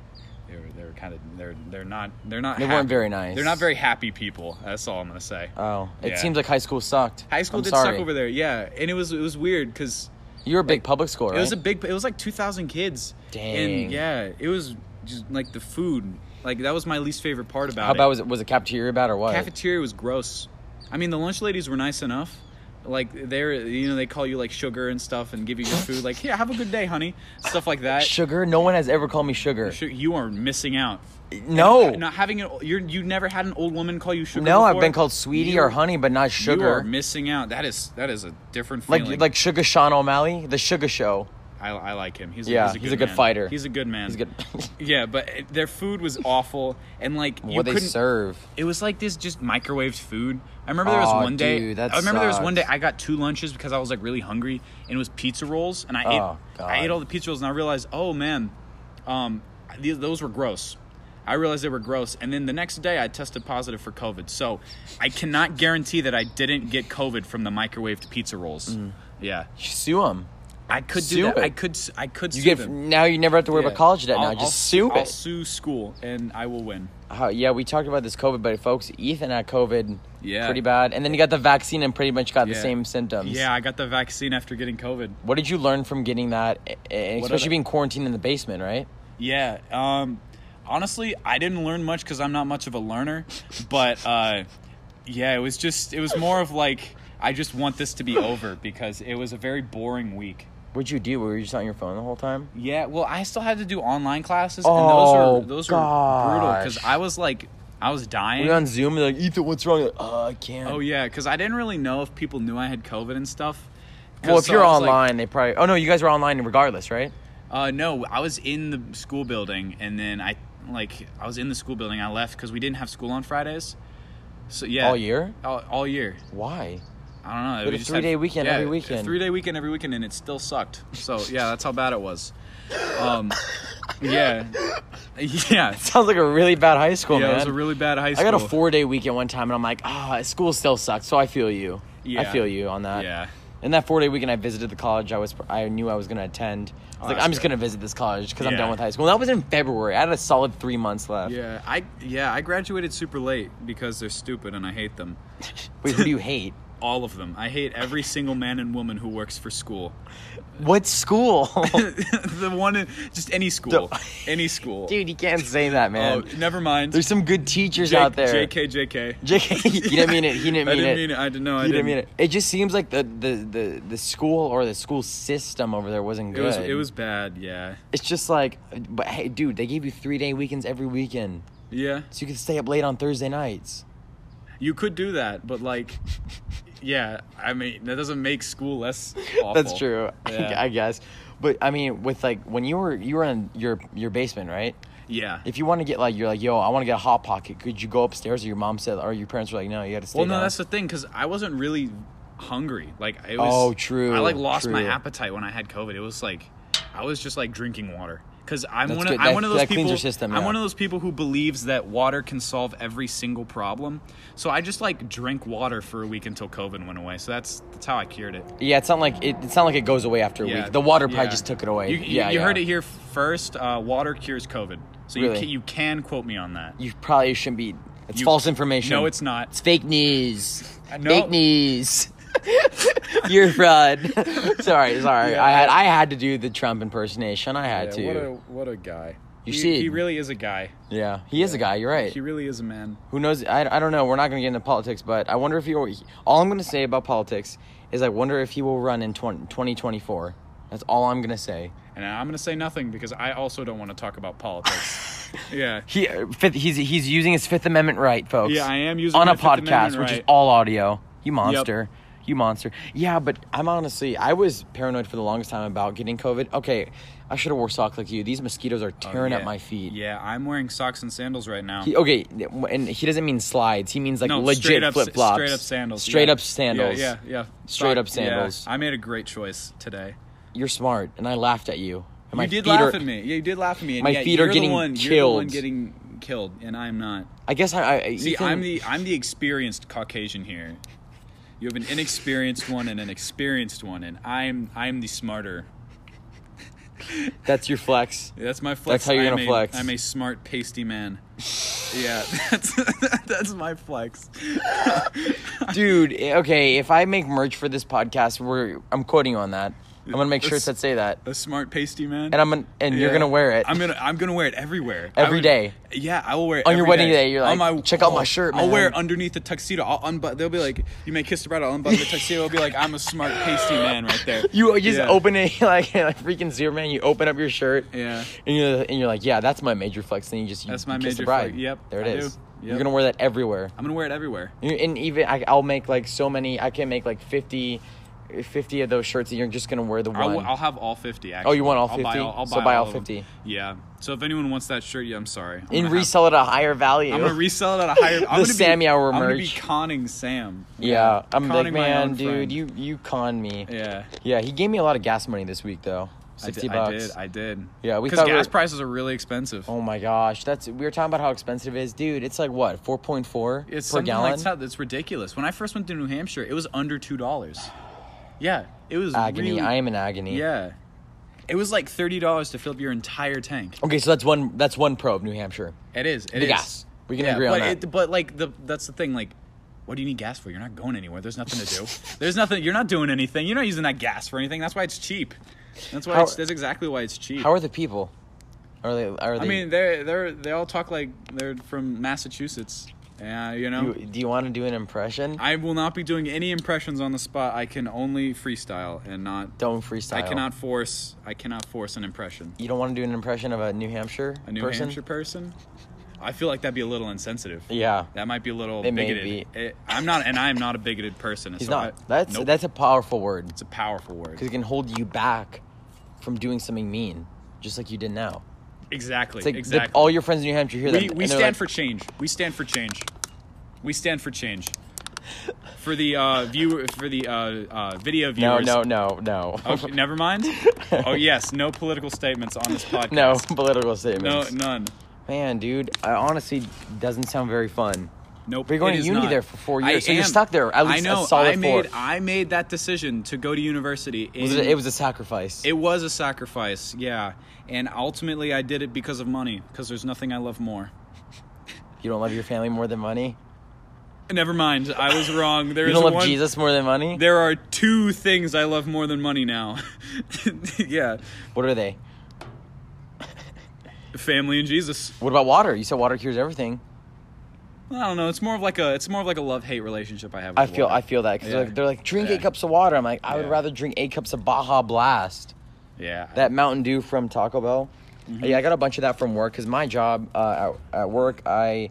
[SPEAKER 2] they were they were kind of they're they're not they're not
[SPEAKER 1] They
[SPEAKER 2] happy.
[SPEAKER 1] weren't very nice.
[SPEAKER 2] They're not very happy people. That's all I'm gonna say.
[SPEAKER 1] Oh, it
[SPEAKER 2] Yeah.
[SPEAKER 1] seems like high school sucked.
[SPEAKER 2] High school
[SPEAKER 1] I'm
[SPEAKER 2] did
[SPEAKER 1] sorry.
[SPEAKER 2] suck over there, yeah, and it was it was weird because
[SPEAKER 1] You were a big public school, right?
[SPEAKER 2] It was a big. It was like two thousand kids.
[SPEAKER 1] Dang.
[SPEAKER 2] And yeah, it was just like the food. Like that was my least favorite part about
[SPEAKER 1] How
[SPEAKER 2] it.
[SPEAKER 1] bad was it? Was it cafeteria bad or what?
[SPEAKER 2] Cafeteria was gross. I mean, the lunch ladies were nice enough. Like they're you know they call you like sugar and stuff and give you your food. Like yeah, have a good day, honey. Stuff like that.
[SPEAKER 1] sugar? No one has ever called me sugar.
[SPEAKER 2] Su- You are missing out.
[SPEAKER 1] no. No,
[SPEAKER 2] Not having an you're you never had an old woman call you sugar.
[SPEAKER 1] Oh. I've
[SPEAKER 2] before?
[SPEAKER 1] been called sweetie
[SPEAKER 2] You-
[SPEAKER 1] or honey, but not
[SPEAKER 2] You are
[SPEAKER 1] sugar.
[SPEAKER 2] missing out. That is that is a different
[SPEAKER 1] like
[SPEAKER 2] feeling.
[SPEAKER 1] like Sugar Sean O'Malley, the Sugar Show.
[SPEAKER 2] I, I like him. He's
[SPEAKER 1] Yeah,
[SPEAKER 2] a, he's a good,
[SPEAKER 1] he's a good
[SPEAKER 2] man.
[SPEAKER 1] fighter.
[SPEAKER 2] He's a good man.
[SPEAKER 1] He's good.
[SPEAKER 2] Yeah, but it, their food was awful, and like you
[SPEAKER 1] what they
[SPEAKER 2] couldn't.
[SPEAKER 1] serve.
[SPEAKER 2] It was like this just microwaved food. I remember there was
[SPEAKER 1] Aw,
[SPEAKER 2] one day.
[SPEAKER 1] dude, that
[SPEAKER 2] I remember there was one day
[SPEAKER 1] sucks.
[SPEAKER 2] I got two lunches because I was like really hungry, and it was pizza rolls, and I
[SPEAKER 1] Oh,
[SPEAKER 2] ate.
[SPEAKER 1] God.
[SPEAKER 2] I ate all the pizza rolls, and I realized, oh man, um, these, those were gross. I realized they were gross, and then the next day I tested positive for COVID. So I cannot guarantee that I didn't get COVID from the microwaved pizza rolls. Yeah,
[SPEAKER 1] You sue him.
[SPEAKER 2] I could
[SPEAKER 1] Mm. Sue
[SPEAKER 2] do that.
[SPEAKER 1] it.
[SPEAKER 2] I could. s- I could.
[SPEAKER 1] You
[SPEAKER 2] sue
[SPEAKER 1] get
[SPEAKER 2] them.
[SPEAKER 1] now. You never have to worry about
[SPEAKER 2] Yeah.
[SPEAKER 1] college debt
[SPEAKER 2] I'll-
[SPEAKER 1] now. Just
[SPEAKER 2] I'll
[SPEAKER 1] sue
[SPEAKER 2] I'll
[SPEAKER 1] it.
[SPEAKER 2] sue school, and I will win.
[SPEAKER 1] How- yeah, we talked about this COVID, but folks, Ethan had COVID
[SPEAKER 2] Yeah.
[SPEAKER 1] pretty bad, and then he got the vaccine and pretty much got the
[SPEAKER 2] Yeah.
[SPEAKER 1] same symptoms.
[SPEAKER 2] Yeah, I got the vaccine after getting COVID.
[SPEAKER 1] What did you learn from getting that, e- e-
[SPEAKER 2] What
[SPEAKER 1] especially
[SPEAKER 2] other-
[SPEAKER 1] being quarantined in the basement, right?
[SPEAKER 2] Yeah. Um, honestly, I didn't learn much because I'm not much of a learner, but uh, yeah, it was just it was more of like I just want this to be over because it was a very boring week.
[SPEAKER 1] What'd you do? Were you just on your phone the whole time?
[SPEAKER 2] Yeah. Well, I still had to do online classes,
[SPEAKER 1] Oh,
[SPEAKER 2] and those are those are brutal because
[SPEAKER 1] gosh.
[SPEAKER 2] I was like I was dying.
[SPEAKER 1] We were on Zoom. They're like, Ethan, what's wrong? Like, oh, I can't.
[SPEAKER 2] oh yeah, because I didn't really know if people knew I had COVID and stuff. 'Cause
[SPEAKER 1] well, if
[SPEAKER 2] so
[SPEAKER 1] you're
[SPEAKER 2] I was, like-
[SPEAKER 1] online, they probably. Oh no, you guys were online regardless, right?
[SPEAKER 2] Uh, no, I was in the school building, and then I like I was in the school building. I left because we didn't have school on Fridays. So yeah,
[SPEAKER 1] All year?
[SPEAKER 2] all, all year.
[SPEAKER 1] Why?
[SPEAKER 2] I don't know.
[SPEAKER 1] But a three-day weekend every weekend.
[SPEAKER 2] Three day weekend every weekend, and it still sucked. So yeah, that's how bad it was. Um, yeah, yeah,
[SPEAKER 1] Sounds like a really bad high school,
[SPEAKER 2] yeah.
[SPEAKER 1] man.
[SPEAKER 2] It was a really bad high
[SPEAKER 1] I
[SPEAKER 2] school.
[SPEAKER 1] got a four day weekend one time, and I'm like, ah, school still sucks. So I feel you. I
[SPEAKER 2] Yeah.
[SPEAKER 1] feel you on that.
[SPEAKER 2] Yeah.
[SPEAKER 1] And that four day weekend, I visited the college I was I knew I was gonna attend. I was like,
[SPEAKER 2] Oh, that's
[SPEAKER 1] I'm just
[SPEAKER 2] good.
[SPEAKER 1] gonna visit this college because I'm
[SPEAKER 2] Yeah.
[SPEAKER 1] done with high school. And that was in February. I had a solid three months left.
[SPEAKER 2] Yeah, I yeah I graduated super late because they're stupid and I hate them.
[SPEAKER 1] Wait, who do you hate?
[SPEAKER 2] All of them. I hate every single man and woman who works for school.
[SPEAKER 1] What school?
[SPEAKER 2] the one in just any school,
[SPEAKER 1] The-
[SPEAKER 2] any school.
[SPEAKER 1] Dude, you can't say that, man.
[SPEAKER 2] oh, never mind.
[SPEAKER 1] There's some good teachers
[SPEAKER 2] J-
[SPEAKER 1] out there.
[SPEAKER 2] JK, JK.
[SPEAKER 1] JK, he didn't mean it. He didn't mean
[SPEAKER 2] I didn't
[SPEAKER 1] it.
[SPEAKER 2] mean it. I didn't know.
[SPEAKER 1] He
[SPEAKER 2] I
[SPEAKER 1] didn't mean it. It just seems like the, the, the, the school or the school system over there wasn't
[SPEAKER 2] It
[SPEAKER 1] good.
[SPEAKER 2] was it was bad. Yeah,
[SPEAKER 1] It's just like, but hey, dude, they gave you three day weekends every weekend.
[SPEAKER 2] yeah.
[SPEAKER 1] So you could stay up late on Thursday nights.
[SPEAKER 2] You could do that, but like, yeah. I mean, that doesn't make school less. Awful.
[SPEAKER 1] That's true,
[SPEAKER 2] Yeah.
[SPEAKER 1] I guess. But I mean, with like when you were you were in your your basement, right?
[SPEAKER 2] yeah.
[SPEAKER 1] If you want to get like you're like, yo, I want to get a hot pocket. Could you go upstairs? Or your mom said, or your parents were like, no, you got to stay.
[SPEAKER 2] well, no,
[SPEAKER 1] down.
[SPEAKER 2] that's the thing because I wasn't really hungry. Like it was.
[SPEAKER 1] Oh, true,
[SPEAKER 2] I like lost my
[SPEAKER 1] true.
[SPEAKER 2] appetite when I had COVID. It was like I was just like drinking water. Cause I'm
[SPEAKER 1] That's
[SPEAKER 2] one of
[SPEAKER 1] good.
[SPEAKER 2] I'm
[SPEAKER 1] That-
[SPEAKER 2] one of those
[SPEAKER 1] that cleans
[SPEAKER 2] people.
[SPEAKER 1] your system,
[SPEAKER 2] I'm
[SPEAKER 1] yeah.
[SPEAKER 2] one of those people who believes that water can solve every single problem. So I just like drank water for a week until COVID went away. So that's that's how I cured it.
[SPEAKER 1] yeah. It's not like it, it's not like it goes away after a
[SPEAKER 2] Yeah.
[SPEAKER 1] week. The water probably
[SPEAKER 2] Yeah.
[SPEAKER 1] just took it away.
[SPEAKER 2] You, you,
[SPEAKER 1] yeah,
[SPEAKER 2] you
[SPEAKER 1] yeah.
[SPEAKER 2] heard it here first. Uh, water cures COVID. So you
[SPEAKER 1] Really?
[SPEAKER 2] can, you can quote me on that.
[SPEAKER 1] You probably shouldn't be. It's
[SPEAKER 2] You-
[SPEAKER 1] false information.
[SPEAKER 2] No, it's not.
[SPEAKER 1] It's fake news.
[SPEAKER 2] Uh, no.
[SPEAKER 1] Fake news. You're a fraud. sorry, sorry.
[SPEAKER 2] Yeah.
[SPEAKER 1] I had I had to do the Trump impersonation. I had
[SPEAKER 2] Yeah,
[SPEAKER 1] to.
[SPEAKER 2] What a what a guy.
[SPEAKER 1] You
[SPEAKER 2] he,
[SPEAKER 1] see.
[SPEAKER 2] he really is a guy.
[SPEAKER 1] yeah, he is a guy. You're right.
[SPEAKER 2] He really is a man.
[SPEAKER 1] Who knows? I, I don't know. We're not going to get into politics, but I wonder if he. All I'm going to say about politics is I wonder if he will run in 20, 2024. That's all I'm going to say.
[SPEAKER 2] And I'm going to say nothing because I also don't want to talk about politics. yeah.
[SPEAKER 1] He uh, fifth, he's he's using his Fifth Amendment right, folks.
[SPEAKER 2] Yeah, I am using
[SPEAKER 1] on
[SPEAKER 2] my
[SPEAKER 1] a
[SPEAKER 2] Fifth Amendment
[SPEAKER 1] podcast, which is
[SPEAKER 2] right.
[SPEAKER 1] all audio. You monster. you monster. Yeah, but I'm honestly, I was paranoid for the longest time about getting COVID. Okay, I should have wore socks like you. These mosquitoes are tearing up
[SPEAKER 2] Oh, Yeah.
[SPEAKER 1] my feet.
[SPEAKER 2] Yeah, I'm wearing socks and sandals right now.
[SPEAKER 1] He, okay, and he doesn't mean slides. He means like
[SPEAKER 2] no, straight
[SPEAKER 1] legit
[SPEAKER 2] up
[SPEAKER 1] flip flops.
[SPEAKER 2] Straight up sandals.
[SPEAKER 1] Straight
[SPEAKER 2] yeah.
[SPEAKER 1] up sandals.
[SPEAKER 2] Yeah, yeah. yeah.
[SPEAKER 1] Straight up
[SPEAKER 2] yeah.
[SPEAKER 1] sandals.
[SPEAKER 2] I made a great choice today.
[SPEAKER 1] You're smart, and I laughed at you. And
[SPEAKER 2] you did
[SPEAKER 1] feet
[SPEAKER 2] laugh
[SPEAKER 1] are-
[SPEAKER 2] at me. Yeah, you did laugh at me. And
[SPEAKER 1] My
[SPEAKER 2] yet
[SPEAKER 1] feet are
[SPEAKER 2] you're the
[SPEAKER 1] getting
[SPEAKER 2] one, You're the
[SPEAKER 1] killed.
[SPEAKER 2] one getting killed, and I'm not.
[SPEAKER 1] I guess I. I
[SPEAKER 2] See,
[SPEAKER 1] Ethan-
[SPEAKER 2] I'm the I'm the experienced Caucasian here. You have an inexperienced one and an experienced one, and I'm I'm the smarter.
[SPEAKER 1] That's your flex.
[SPEAKER 2] That's my flex.
[SPEAKER 1] That's how you're
[SPEAKER 2] I'm
[SPEAKER 1] gonna
[SPEAKER 2] a,
[SPEAKER 1] flex.
[SPEAKER 2] I'm a smart, pasty man. yeah, that's that's my flex.
[SPEAKER 1] dude eh, okay if i make merch for this podcast we're i'm quoting you on that i'm gonna make shirts that say that
[SPEAKER 2] A smart, pasty man.
[SPEAKER 1] and i'm gonna and you're
[SPEAKER 2] Yeah.
[SPEAKER 1] gonna wear it
[SPEAKER 2] I'm gonna I'm gonna wear it everywhere.
[SPEAKER 1] Every
[SPEAKER 2] Every
[SPEAKER 1] day.
[SPEAKER 2] day. Yeah, I will wear it
[SPEAKER 1] On your
[SPEAKER 2] every
[SPEAKER 1] wedding day, you're
[SPEAKER 2] On
[SPEAKER 1] like, "Check out my
[SPEAKER 2] oh,
[SPEAKER 1] shirt,
[SPEAKER 2] I'll wear it
[SPEAKER 1] man."
[SPEAKER 2] underneath the tuxedo. I'll unbutton. They'll be like, you may kiss the bride. I'll unbutton the tuxedo. I'll be like, I'm a smart pasty man right there.
[SPEAKER 1] you just
[SPEAKER 2] Yeah.
[SPEAKER 1] open it like, like freaking zero man you open up your shirt
[SPEAKER 2] Yeah.
[SPEAKER 1] and you're, and you're like yeah that's my major flex then you just you
[SPEAKER 2] That's my
[SPEAKER 1] kiss the
[SPEAKER 2] major
[SPEAKER 1] bride
[SPEAKER 2] flex. Yep,
[SPEAKER 1] there it
[SPEAKER 2] I
[SPEAKER 1] is.
[SPEAKER 2] do.
[SPEAKER 1] you're
[SPEAKER 2] Yep.
[SPEAKER 1] gonna wear that everywhere
[SPEAKER 2] I'm gonna wear it everywhere.
[SPEAKER 1] You- and even I, i'll make like so many i can make like 50 50 of those shirts and you're just gonna wear the
[SPEAKER 2] I'll,
[SPEAKER 1] one
[SPEAKER 2] I'll have all 50. Actually.
[SPEAKER 1] Oh, you want all
[SPEAKER 2] I'll buy
[SPEAKER 1] 50?
[SPEAKER 2] all, I'll
[SPEAKER 1] So
[SPEAKER 2] buy
[SPEAKER 1] buy all
[SPEAKER 2] of them.
[SPEAKER 1] 50.
[SPEAKER 2] Yeah. So if anyone wants that shirt, yeah, I'm sorry. I'm
[SPEAKER 1] and
[SPEAKER 2] gonna have-
[SPEAKER 1] resell it at a higher value
[SPEAKER 2] I'm gonna resell it at a higher. I'm gonna be-
[SPEAKER 1] Sammy Hour
[SPEAKER 2] I'm gonna be
[SPEAKER 1] merch.
[SPEAKER 2] conning Sam.
[SPEAKER 1] yeah, I'm like,
[SPEAKER 2] Conning my
[SPEAKER 1] man,
[SPEAKER 2] own
[SPEAKER 1] dude,
[SPEAKER 2] friend.
[SPEAKER 1] you you conned me.
[SPEAKER 2] Yeah.
[SPEAKER 1] Yeah, he gave me a lot of gas money this week though.
[SPEAKER 2] I
[SPEAKER 1] Sixty
[SPEAKER 2] did-
[SPEAKER 1] bucks.
[SPEAKER 2] I did. I did.
[SPEAKER 1] Yeah, we
[SPEAKER 2] because
[SPEAKER 1] thought we
[SPEAKER 2] gas
[SPEAKER 1] were-
[SPEAKER 2] prices are really expensive.
[SPEAKER 1] Oh my gosh, that's we were talking about how expensive it is, dude. It's like what four point four
[SPEAKER 2] It's
[SPEAKER 1] per
[SPEAKER 2] something
[SPEAKER 1] gallon.
[SPEAKER 2] like that. That's ridiculous. When I first went to New Hampshire, it was under two dollars. Yeah, it was
[SPEAKER 1] agony.
[SPEAKER 2] really-
[SPEAKER 1] I am in agony.
[SPEAKER 2] yeah, it was like thirty dollars to fill up your entire tank.
[SPEAKER 1] Okay, so that's one. That's one pro of New Hampshire.
[SPEAKER 2] It is. It is.
[SPEAKER 1] The gas. We can agree on
[SPEAKER 2] but
[SPEAKER 1] that.
[SPEAKER 2] It, but like the that's the thing. Like, what do you need gas for? You're not going anywhere. There's nothing to do. There's nothing. You're not doing anything. You're not using that gas for anything. That's why it's cheap. That's why.
[SPEAKER 1] How-
[SPEAKER 2] it's, that's exactly why it's cheap.
[SPEAKER 1] How are the people? Are they? Are they?
[SPEAKER 2] I mean, they they're they all talk like they're from Massachusetts. Yeah, you know.
[SPEAKER 1] you, do you want to do an impression?
[SPEAKER 2] I will not be doing any impressions on the spot. I can only freestyle and not.
[SPEAKER 1] Don't freestyle.
[SPEAKER 2] I cannot force. I cannot force an impression.
[SPEAKER 1] You don't want to do an impression of a New Hampshire
[SPEAKER 2] A New
[SPEAKER 1] person.
[SPEAKER 2] Hampshire person. I feel like that'd be a little insensitive.
[SPEAKER 1] Yeah,
[SPEAKER 2] That might be a little
[SPEAKER 1] It may
[SPEAKER 2] bigoted. It- I'm not, and I am not a bigoted person.
[SPEAKER 1] he's
[SPEAKER 2] so
[SPEAKER 1] not.
[SPEAKER 2] I-
[SPEAKER 1] that's
[SPEAKER 2] nope.
[SPEAKER 1] that's a powerful word
[SPEAKER 2] it's a powerful word.
[SPEAKER 1] because it can hold you back from doing something mean, just like you did now.
[SPEAKER 2] Exactly.
[SPEAKER 1] It's like the-
[SPEAKER 2] exactly.
[SPEAKER 1] all your friends in New Hampshire
[SPEAKER 2] we
[SPEAKER 1] hear that.
[SPEAKER 2] we
[SPEAKER 1] and they're
[SPEAKER 2] stand
[SPEAKER 1] like,
[SPEAKER 2] for change. We stand for change. We stand for change. For the uh, viewer, for the uh, uh, video
[SPEAKER 1] no,
[SPEAKER 2] viewers.
[SPEAKER 1] no, no, no.
[SPEAKER 2] Okay, never mind. Oh yes, no political statements on this podcast.
[SPEAKER 1] No political
[SPEAKER 2] No,
[SPEAKER 1] statements.
[SPEAKER 2] none.
[SPEAKER 1] Man, dude, I honestly doesn't sound very fun.
[SPEAKER 2] Nope.
[SPEAKER 1] But you're going
[SPEAKER 2] it
[SPEAKER 1] to
[SPEAKER 2] is
[SPEAKER 1] uni
[SPEAKER 2] not.
[SPEAKER 1] there for four
[SPEAKER 2] I
[SPEAKER 1] years, so you're
[SPEAKER 2] am.
[SPEAKER 1] stuck there at least
[SPEAKER 2] I
[SPEAKER 1] a
[SPEAKER 2] know.
[SPEAKER 1] solid
[SPEAKER 2] I made
[SPEAKER 1] four.
[SPEAKER 2] I made that decision to go to university. In,
[SPEAKER 1] Was it, it was a sacrifice.
[SPEAKER 2] It was a sacrifice, yeah. And ultimately, I did it because of money, because there's nothing I love more.
[SPEAKER 1] you don't love your family more than money.
[SPEAKER 2] Never mind, I was wrong. There
[SPEAKER 1] You
[SPEAKER 2] is
[SPEAKER 1] don't love
[SPEAKER 2] one,
[SPEAKER 1] Jesus more than money.
[SPEAKER 2] There are two things I love more than money now. yeah,
[SPEAKER 1] What are they?
[SPEAKER 2] family and Jesus.
[SPEAKER 1] What about water? You said water cures everything.
[SPEAKER 2] I don't know. It's more of like a it's more of like a love hate relationship I have. With
[SPEAKER 1] I feel
[SPEAKER 2] water.
[SPEAKER 1] I feel that because
[SPEAKER 2] Yeah.
[SPEAKER 1] they're, like, they're like drink
[SPEAKER 2] Yeah.
[SPEAKER 1] eight cups of water. I'm like I would
[SPEAKER 2] Yeah.
[SPEAKER 1] rather drink eight cups of Baja Blast.
[SPEAKER 2] yeah
[SPEAKER 1] that Mountain Dew from Taco Bell. Yeah, I got a bunch of that from work because my job uh, at, at work, I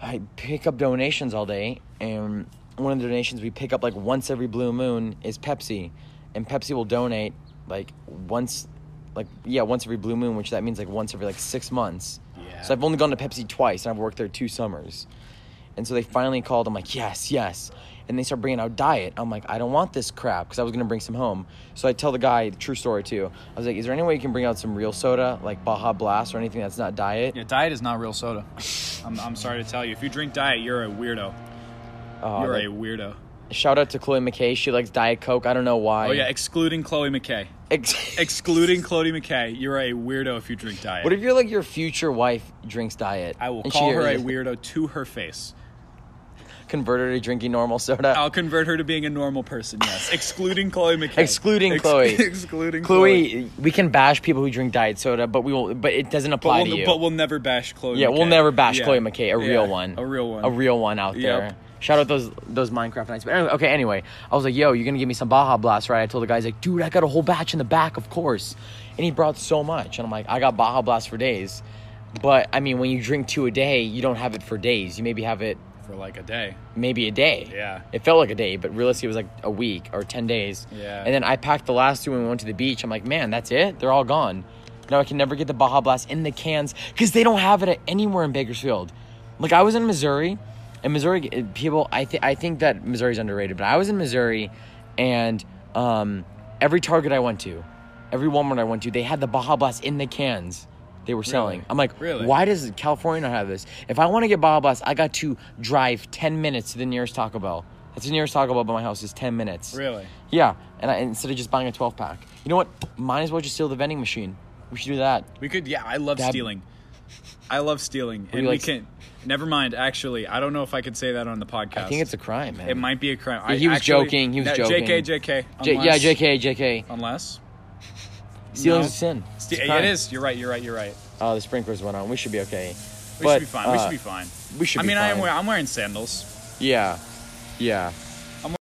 [SPEAKER 1] I pick up donations all day, and one of the donations we pick up like once every blue moon is Pepsi, and Pepsi will donate like once, like yeah, once every blue moon, which that means like once every like six months.
[SPEAKER 2] Yeah.
[SPEAKER 1] So I've only gone to Pepsi twice, and I've worked there two summers. And so they finally called. I'm like, yes, yes. And they start bringing out diet. I'm like, I don't want this crap because I was gonna bring some home. So I tell the guy the true story too. I was like, is there any way you can bring out some real soda like Baja Blast or anything that's not diet?
[SPEAKER 2] yeah. Diet is not real soda. I'm I'm sorry to tell you. If you drink diet, you're a weirdo.
[SPEAKER 1] Uh,
[SPEAKER 2] You're
[SPEAKER 1] like-
[SPEAKER 2] a weirdo.
[SPEAKER 1] shout out to Chloe McKay. She likes Diet Coke. I don't know why.
[SPEAKER 2] Oh yeah, excluding Chloe McKay.
[SPEAKER 1] Ex-
[SPEAKER 2] Excluding Chloe McKay, you're a weirdo if you drink diet.
[SPEAKER 1] what if you're like your future wife drinks diet?
[SPEAKER 2] I will
[SPEAKER 1] and
[SPEAKER 2] call
[SPEAKER 1] she
[SPEAKER 2] her a weirdo to her face.
[SPEAKER 1] Convert her to drinking normal soda.
[SPEAKER 2] I'll convert her to being a normal person. Yes, excluding Chloe McKay.
[SPEAKER 1] Excluding
[SPEAKER 2] Ex-
[SPEAKER 1] Chloe.
[SPEAKER 2] excluding Chloe.
[SPEAKER 1] Chloe, we can bash people who drink diet soda, but we will. But it doesn't
[SPEAKER 2] But
[SPEAKER 1] apply to
[SPEAKER 2] we'll,
[SPEAKER 1] you.
[SPEAKER 2] but we'll never bash Chloe.
[SPEAKER 1] yeah, we'll
[SPEAKER 2] McKay.
[SPEAKER 1] never bash
[SPEAKER 2] Yeah.
[SPEAKER 1] Chloe McKay, a
[SPEAKER 2] Yeah,
[SPEAKER 1] real one,
[SPEAKER 2] a real one,
[SPEAKER 1] a real one out there.
[SPEAKER 2] Yep.
[SPEAKER 1] Shout out those those Minecraft nights. But anyway, okay, anyway, I was like, "Yo, you're gonna give me some Baja Blast, right?" I told the guys, "Like, dude, I got a whole batch in the back, of course," and he brought so much, and I'm like, "I got Baja Blast for days," but I mean, when you drink two a day, you don't have it for days. You maybe have it
[SPEAKER 2] For for like a day.
[SPEAKER 1] maybe a day.
[SPEAKER 2] Yeah.
[SPEAKER 1] It felt like a day, but realistically, it was like a week or 10 days.
[SPEAKER 2] Yeah.
[SPEAKER 1] And then I packed the last two and we went to the beach. I'm like, man, that's it? They're all gone. Now I can never get the Baja Blast in the cans because they don't have it at- anywhere in Bakersfield. Like, I was in Missouri, and Missouri eh, people, I, th- I think that Missouri's underrated, but I was in Missouri, and um, every Target I went to, every Walmart I went to, they had the Baja Blast in the cans they were selling. I'm like,
[SPEAKER 2] Really?
[SPEAKER 1] why does California not have this? If I want to get Baja Blast, I got to drive 10 minutes to the nearest Taco Bell. That's the nearest Taco Bell by my house is 10 minutes.
[SPEAKER 2] Really?
[SPEAKER 1] Yeah, and I, instead of just buying a 12 pack. You know what? Might as well just steal the vending machine. We should do that.
[SPEAKER 2] We could, yeah. I love
[SPEAKER 1] Dab-
[SPEAKER 2] stealing. I love stealing, and
[SPEAKER 1] you
[SPEAKER 2] we
[SPEAKER 1] like-
[SPEAKER 2] can. Never mind. Actually, I don't know if I could say that on the podcast.
[SPEAKER 1] I think it's a crime, man.
[SPEAKER 2] It might be a crime. I
[SPEAKER 1] he was
[SPEAKER 2] actually-
[SPEAKER 1] joking, he was
[SPEAKER 2] no,
[SPEAKER 1] joking.
[SPEAKER 2] Jk, Jk.
[SPEAKER 1] J- yeah,
[SPEAKER 2] unless-
[SPEAKER 1] JK, JK.
[SPEAKER 2] Unless.
[SPEAKER 1] Stealing
[SPEAKER 2] No.
[SPEAKER 1] is a sin. It's
[SPEAKER 2] Ste-
[SPEAKER 1] a
[SPEAKER 2] it
[SPEAKER 1] crime.
[SPEAKER 2] is. You're right. You're right. You're right.
[SPEAKER 1] Oh, the sprinklers went on. We should be okay. uh,
[SPEAKER 2] We should be fine. we should be fine.
[SPEAKER 1] we should
[SPEAKER 2] I
[SPEAKER 1] be
[SPEAKER 2] mean, I am.
[SPEAKER 1] fine.
[SPEAKER 2] Wearing, I'm wearing sandals.
[SPEAKER 1] Yeah. Yeah.
[SPEAKER 2] I'm-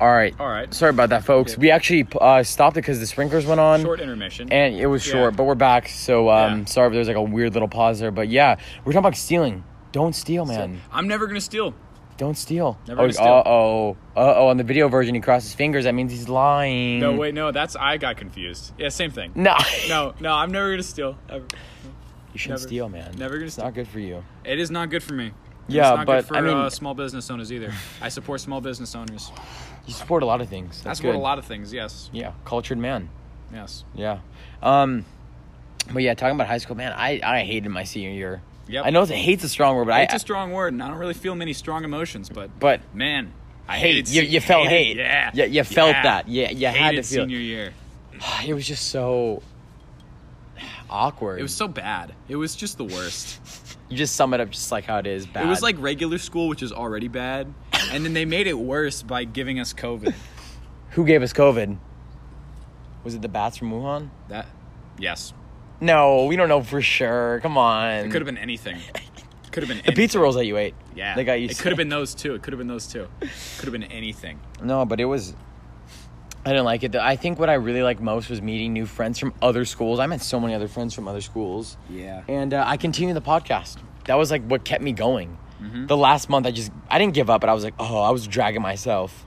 [SPEAKER 1] All right.
[SPEAKER 2] All right.
[SPEAKER 1] Sorry about that, folks.
[SPEAKER 2] Okay.
[SPEAKER 1] We actually uh, stopped it because the sprinklers went on.
[SPEAKER 2] Short intermission.
[SPEAKER 1] And it was
[SPEAKER 2] Yeah.
[SPEAKER 1] short, but we're back. So um,
[SPEAKER 2] Yeah.
[SPEAKER 1] sorry if there's like a weird little pause there. But yeah, we're talking about stealing. Don't steal, man.
[SPEAKER 2] I'm never gonna steal.
[SPEAKER 1] Don't steal.
[SPEAKER 2] Never
[SPEAKER 1] oh,
[SPEAKER 2] gonna steal.
[SPEAKER 1] Uh-oh. Uh-oh. On the video version, he crosses fingers. That means he's lying.
[SPEAKER 2] No, wait, no. That's I got confused. Yeah, same thing.
[SPEAKER 1] No.
[SPEAKER 2] No, no. I'm never gonna steal. Ever.
[SPEAKER 1] you shouldn't
[SPEAKER 2] Never.
[SPEAKER 1] steal, man.
[SPEAKER 2] Never gonna
[SPEAKER 1] It's
[SPEAKER 2] steal.
[SPEAKER 1] not good for you.
[SPEAKER 2] It is not good for me.
[SPEAKER 1] Yeah,
[SPEAKER 2] it's not
[SPEAKER 1] but,
[SPEAKER 2] good for
[SPEAKER 1] I mean-
[SPEAKER 2] uh, small business owners either. I support small business owners.
[SPEAKER 1] You support a lot of things.
[SPEAKER 2] I
[SPEAKER 1] That's
[SPEAKER 2] support
[SPEAKER 1] good.
[SPEAKER 2] a lot of things. Yes,
[SPEAKER 1] Yeah. Cultured man.
[SPEAKER 2] yes.
[SPEAKER 1] Yeah. Um, but yeah, talking about high school, man, I, I hated my senior year.
[SPEAKER 2] Yep.
[SPEAKER 1] I know it's, hate's a strong word, but I
[SPEAKER 2] Hate's a strong word, and I don't really feel many strong emotions, but
[SPEAKER 1] But
[SPEAKER 2] man, I
[SPEAKER 1] hate.
[SPEAKER 2] hated.
[SPEAKER 1] You,
[SPEAKER 2] se-
[SPEAKER 1] you felt hate.
[SPEAKER 2] hated- Yeah,
[SPEAKER 1] You, you felt
[SPEAKER 2] yeah.
[SPEAKER 1] that. Yeah. You had to
[SPEAKER 2] Hated
[SPEAKER 1] feel.
[SPEAKER 2] senior year.
[SPEAKER 1] It was just so awkward.
[SPEAKER 2] It was so bad. It was just the worst.
[SPEAKER 1] You just sum it up just like how it is. Bad.
[SPEAKER 2] It was like regular school, which is already bad, and then they made it worse by giving us COVID.
[SPEAKER 1] who gave us COVID? Was it the bats from Wuhan?
[SPEAKER 2] That, yes,
[SPEAKER 1] No, we don't know for sure. Come on.
[SPEAKER 2] it could have been anything. Could have been
[SPEAKER 1] the
[SPEAKER 2] any-
[SPEAKER 1] pizza rolls that you ate.
[SPEAKER 2] Yeah,
[SPEAKER 1] they got you.
[SPEAKER 2] It could have been those two. It could have been those two. Could have been anything.
[SPEAKER 1] No, but it was. I didn't like it. I think what I really liked most was meeting new friends from other schools. I met so many other friends from other schools.
[SPEAKER 2] Yeah.
[SPEAKER 1] and uh, I continued the podcast. That was like what kept me going. The last month, I just I didn't give up, but I was like, oh, I was dragging myself.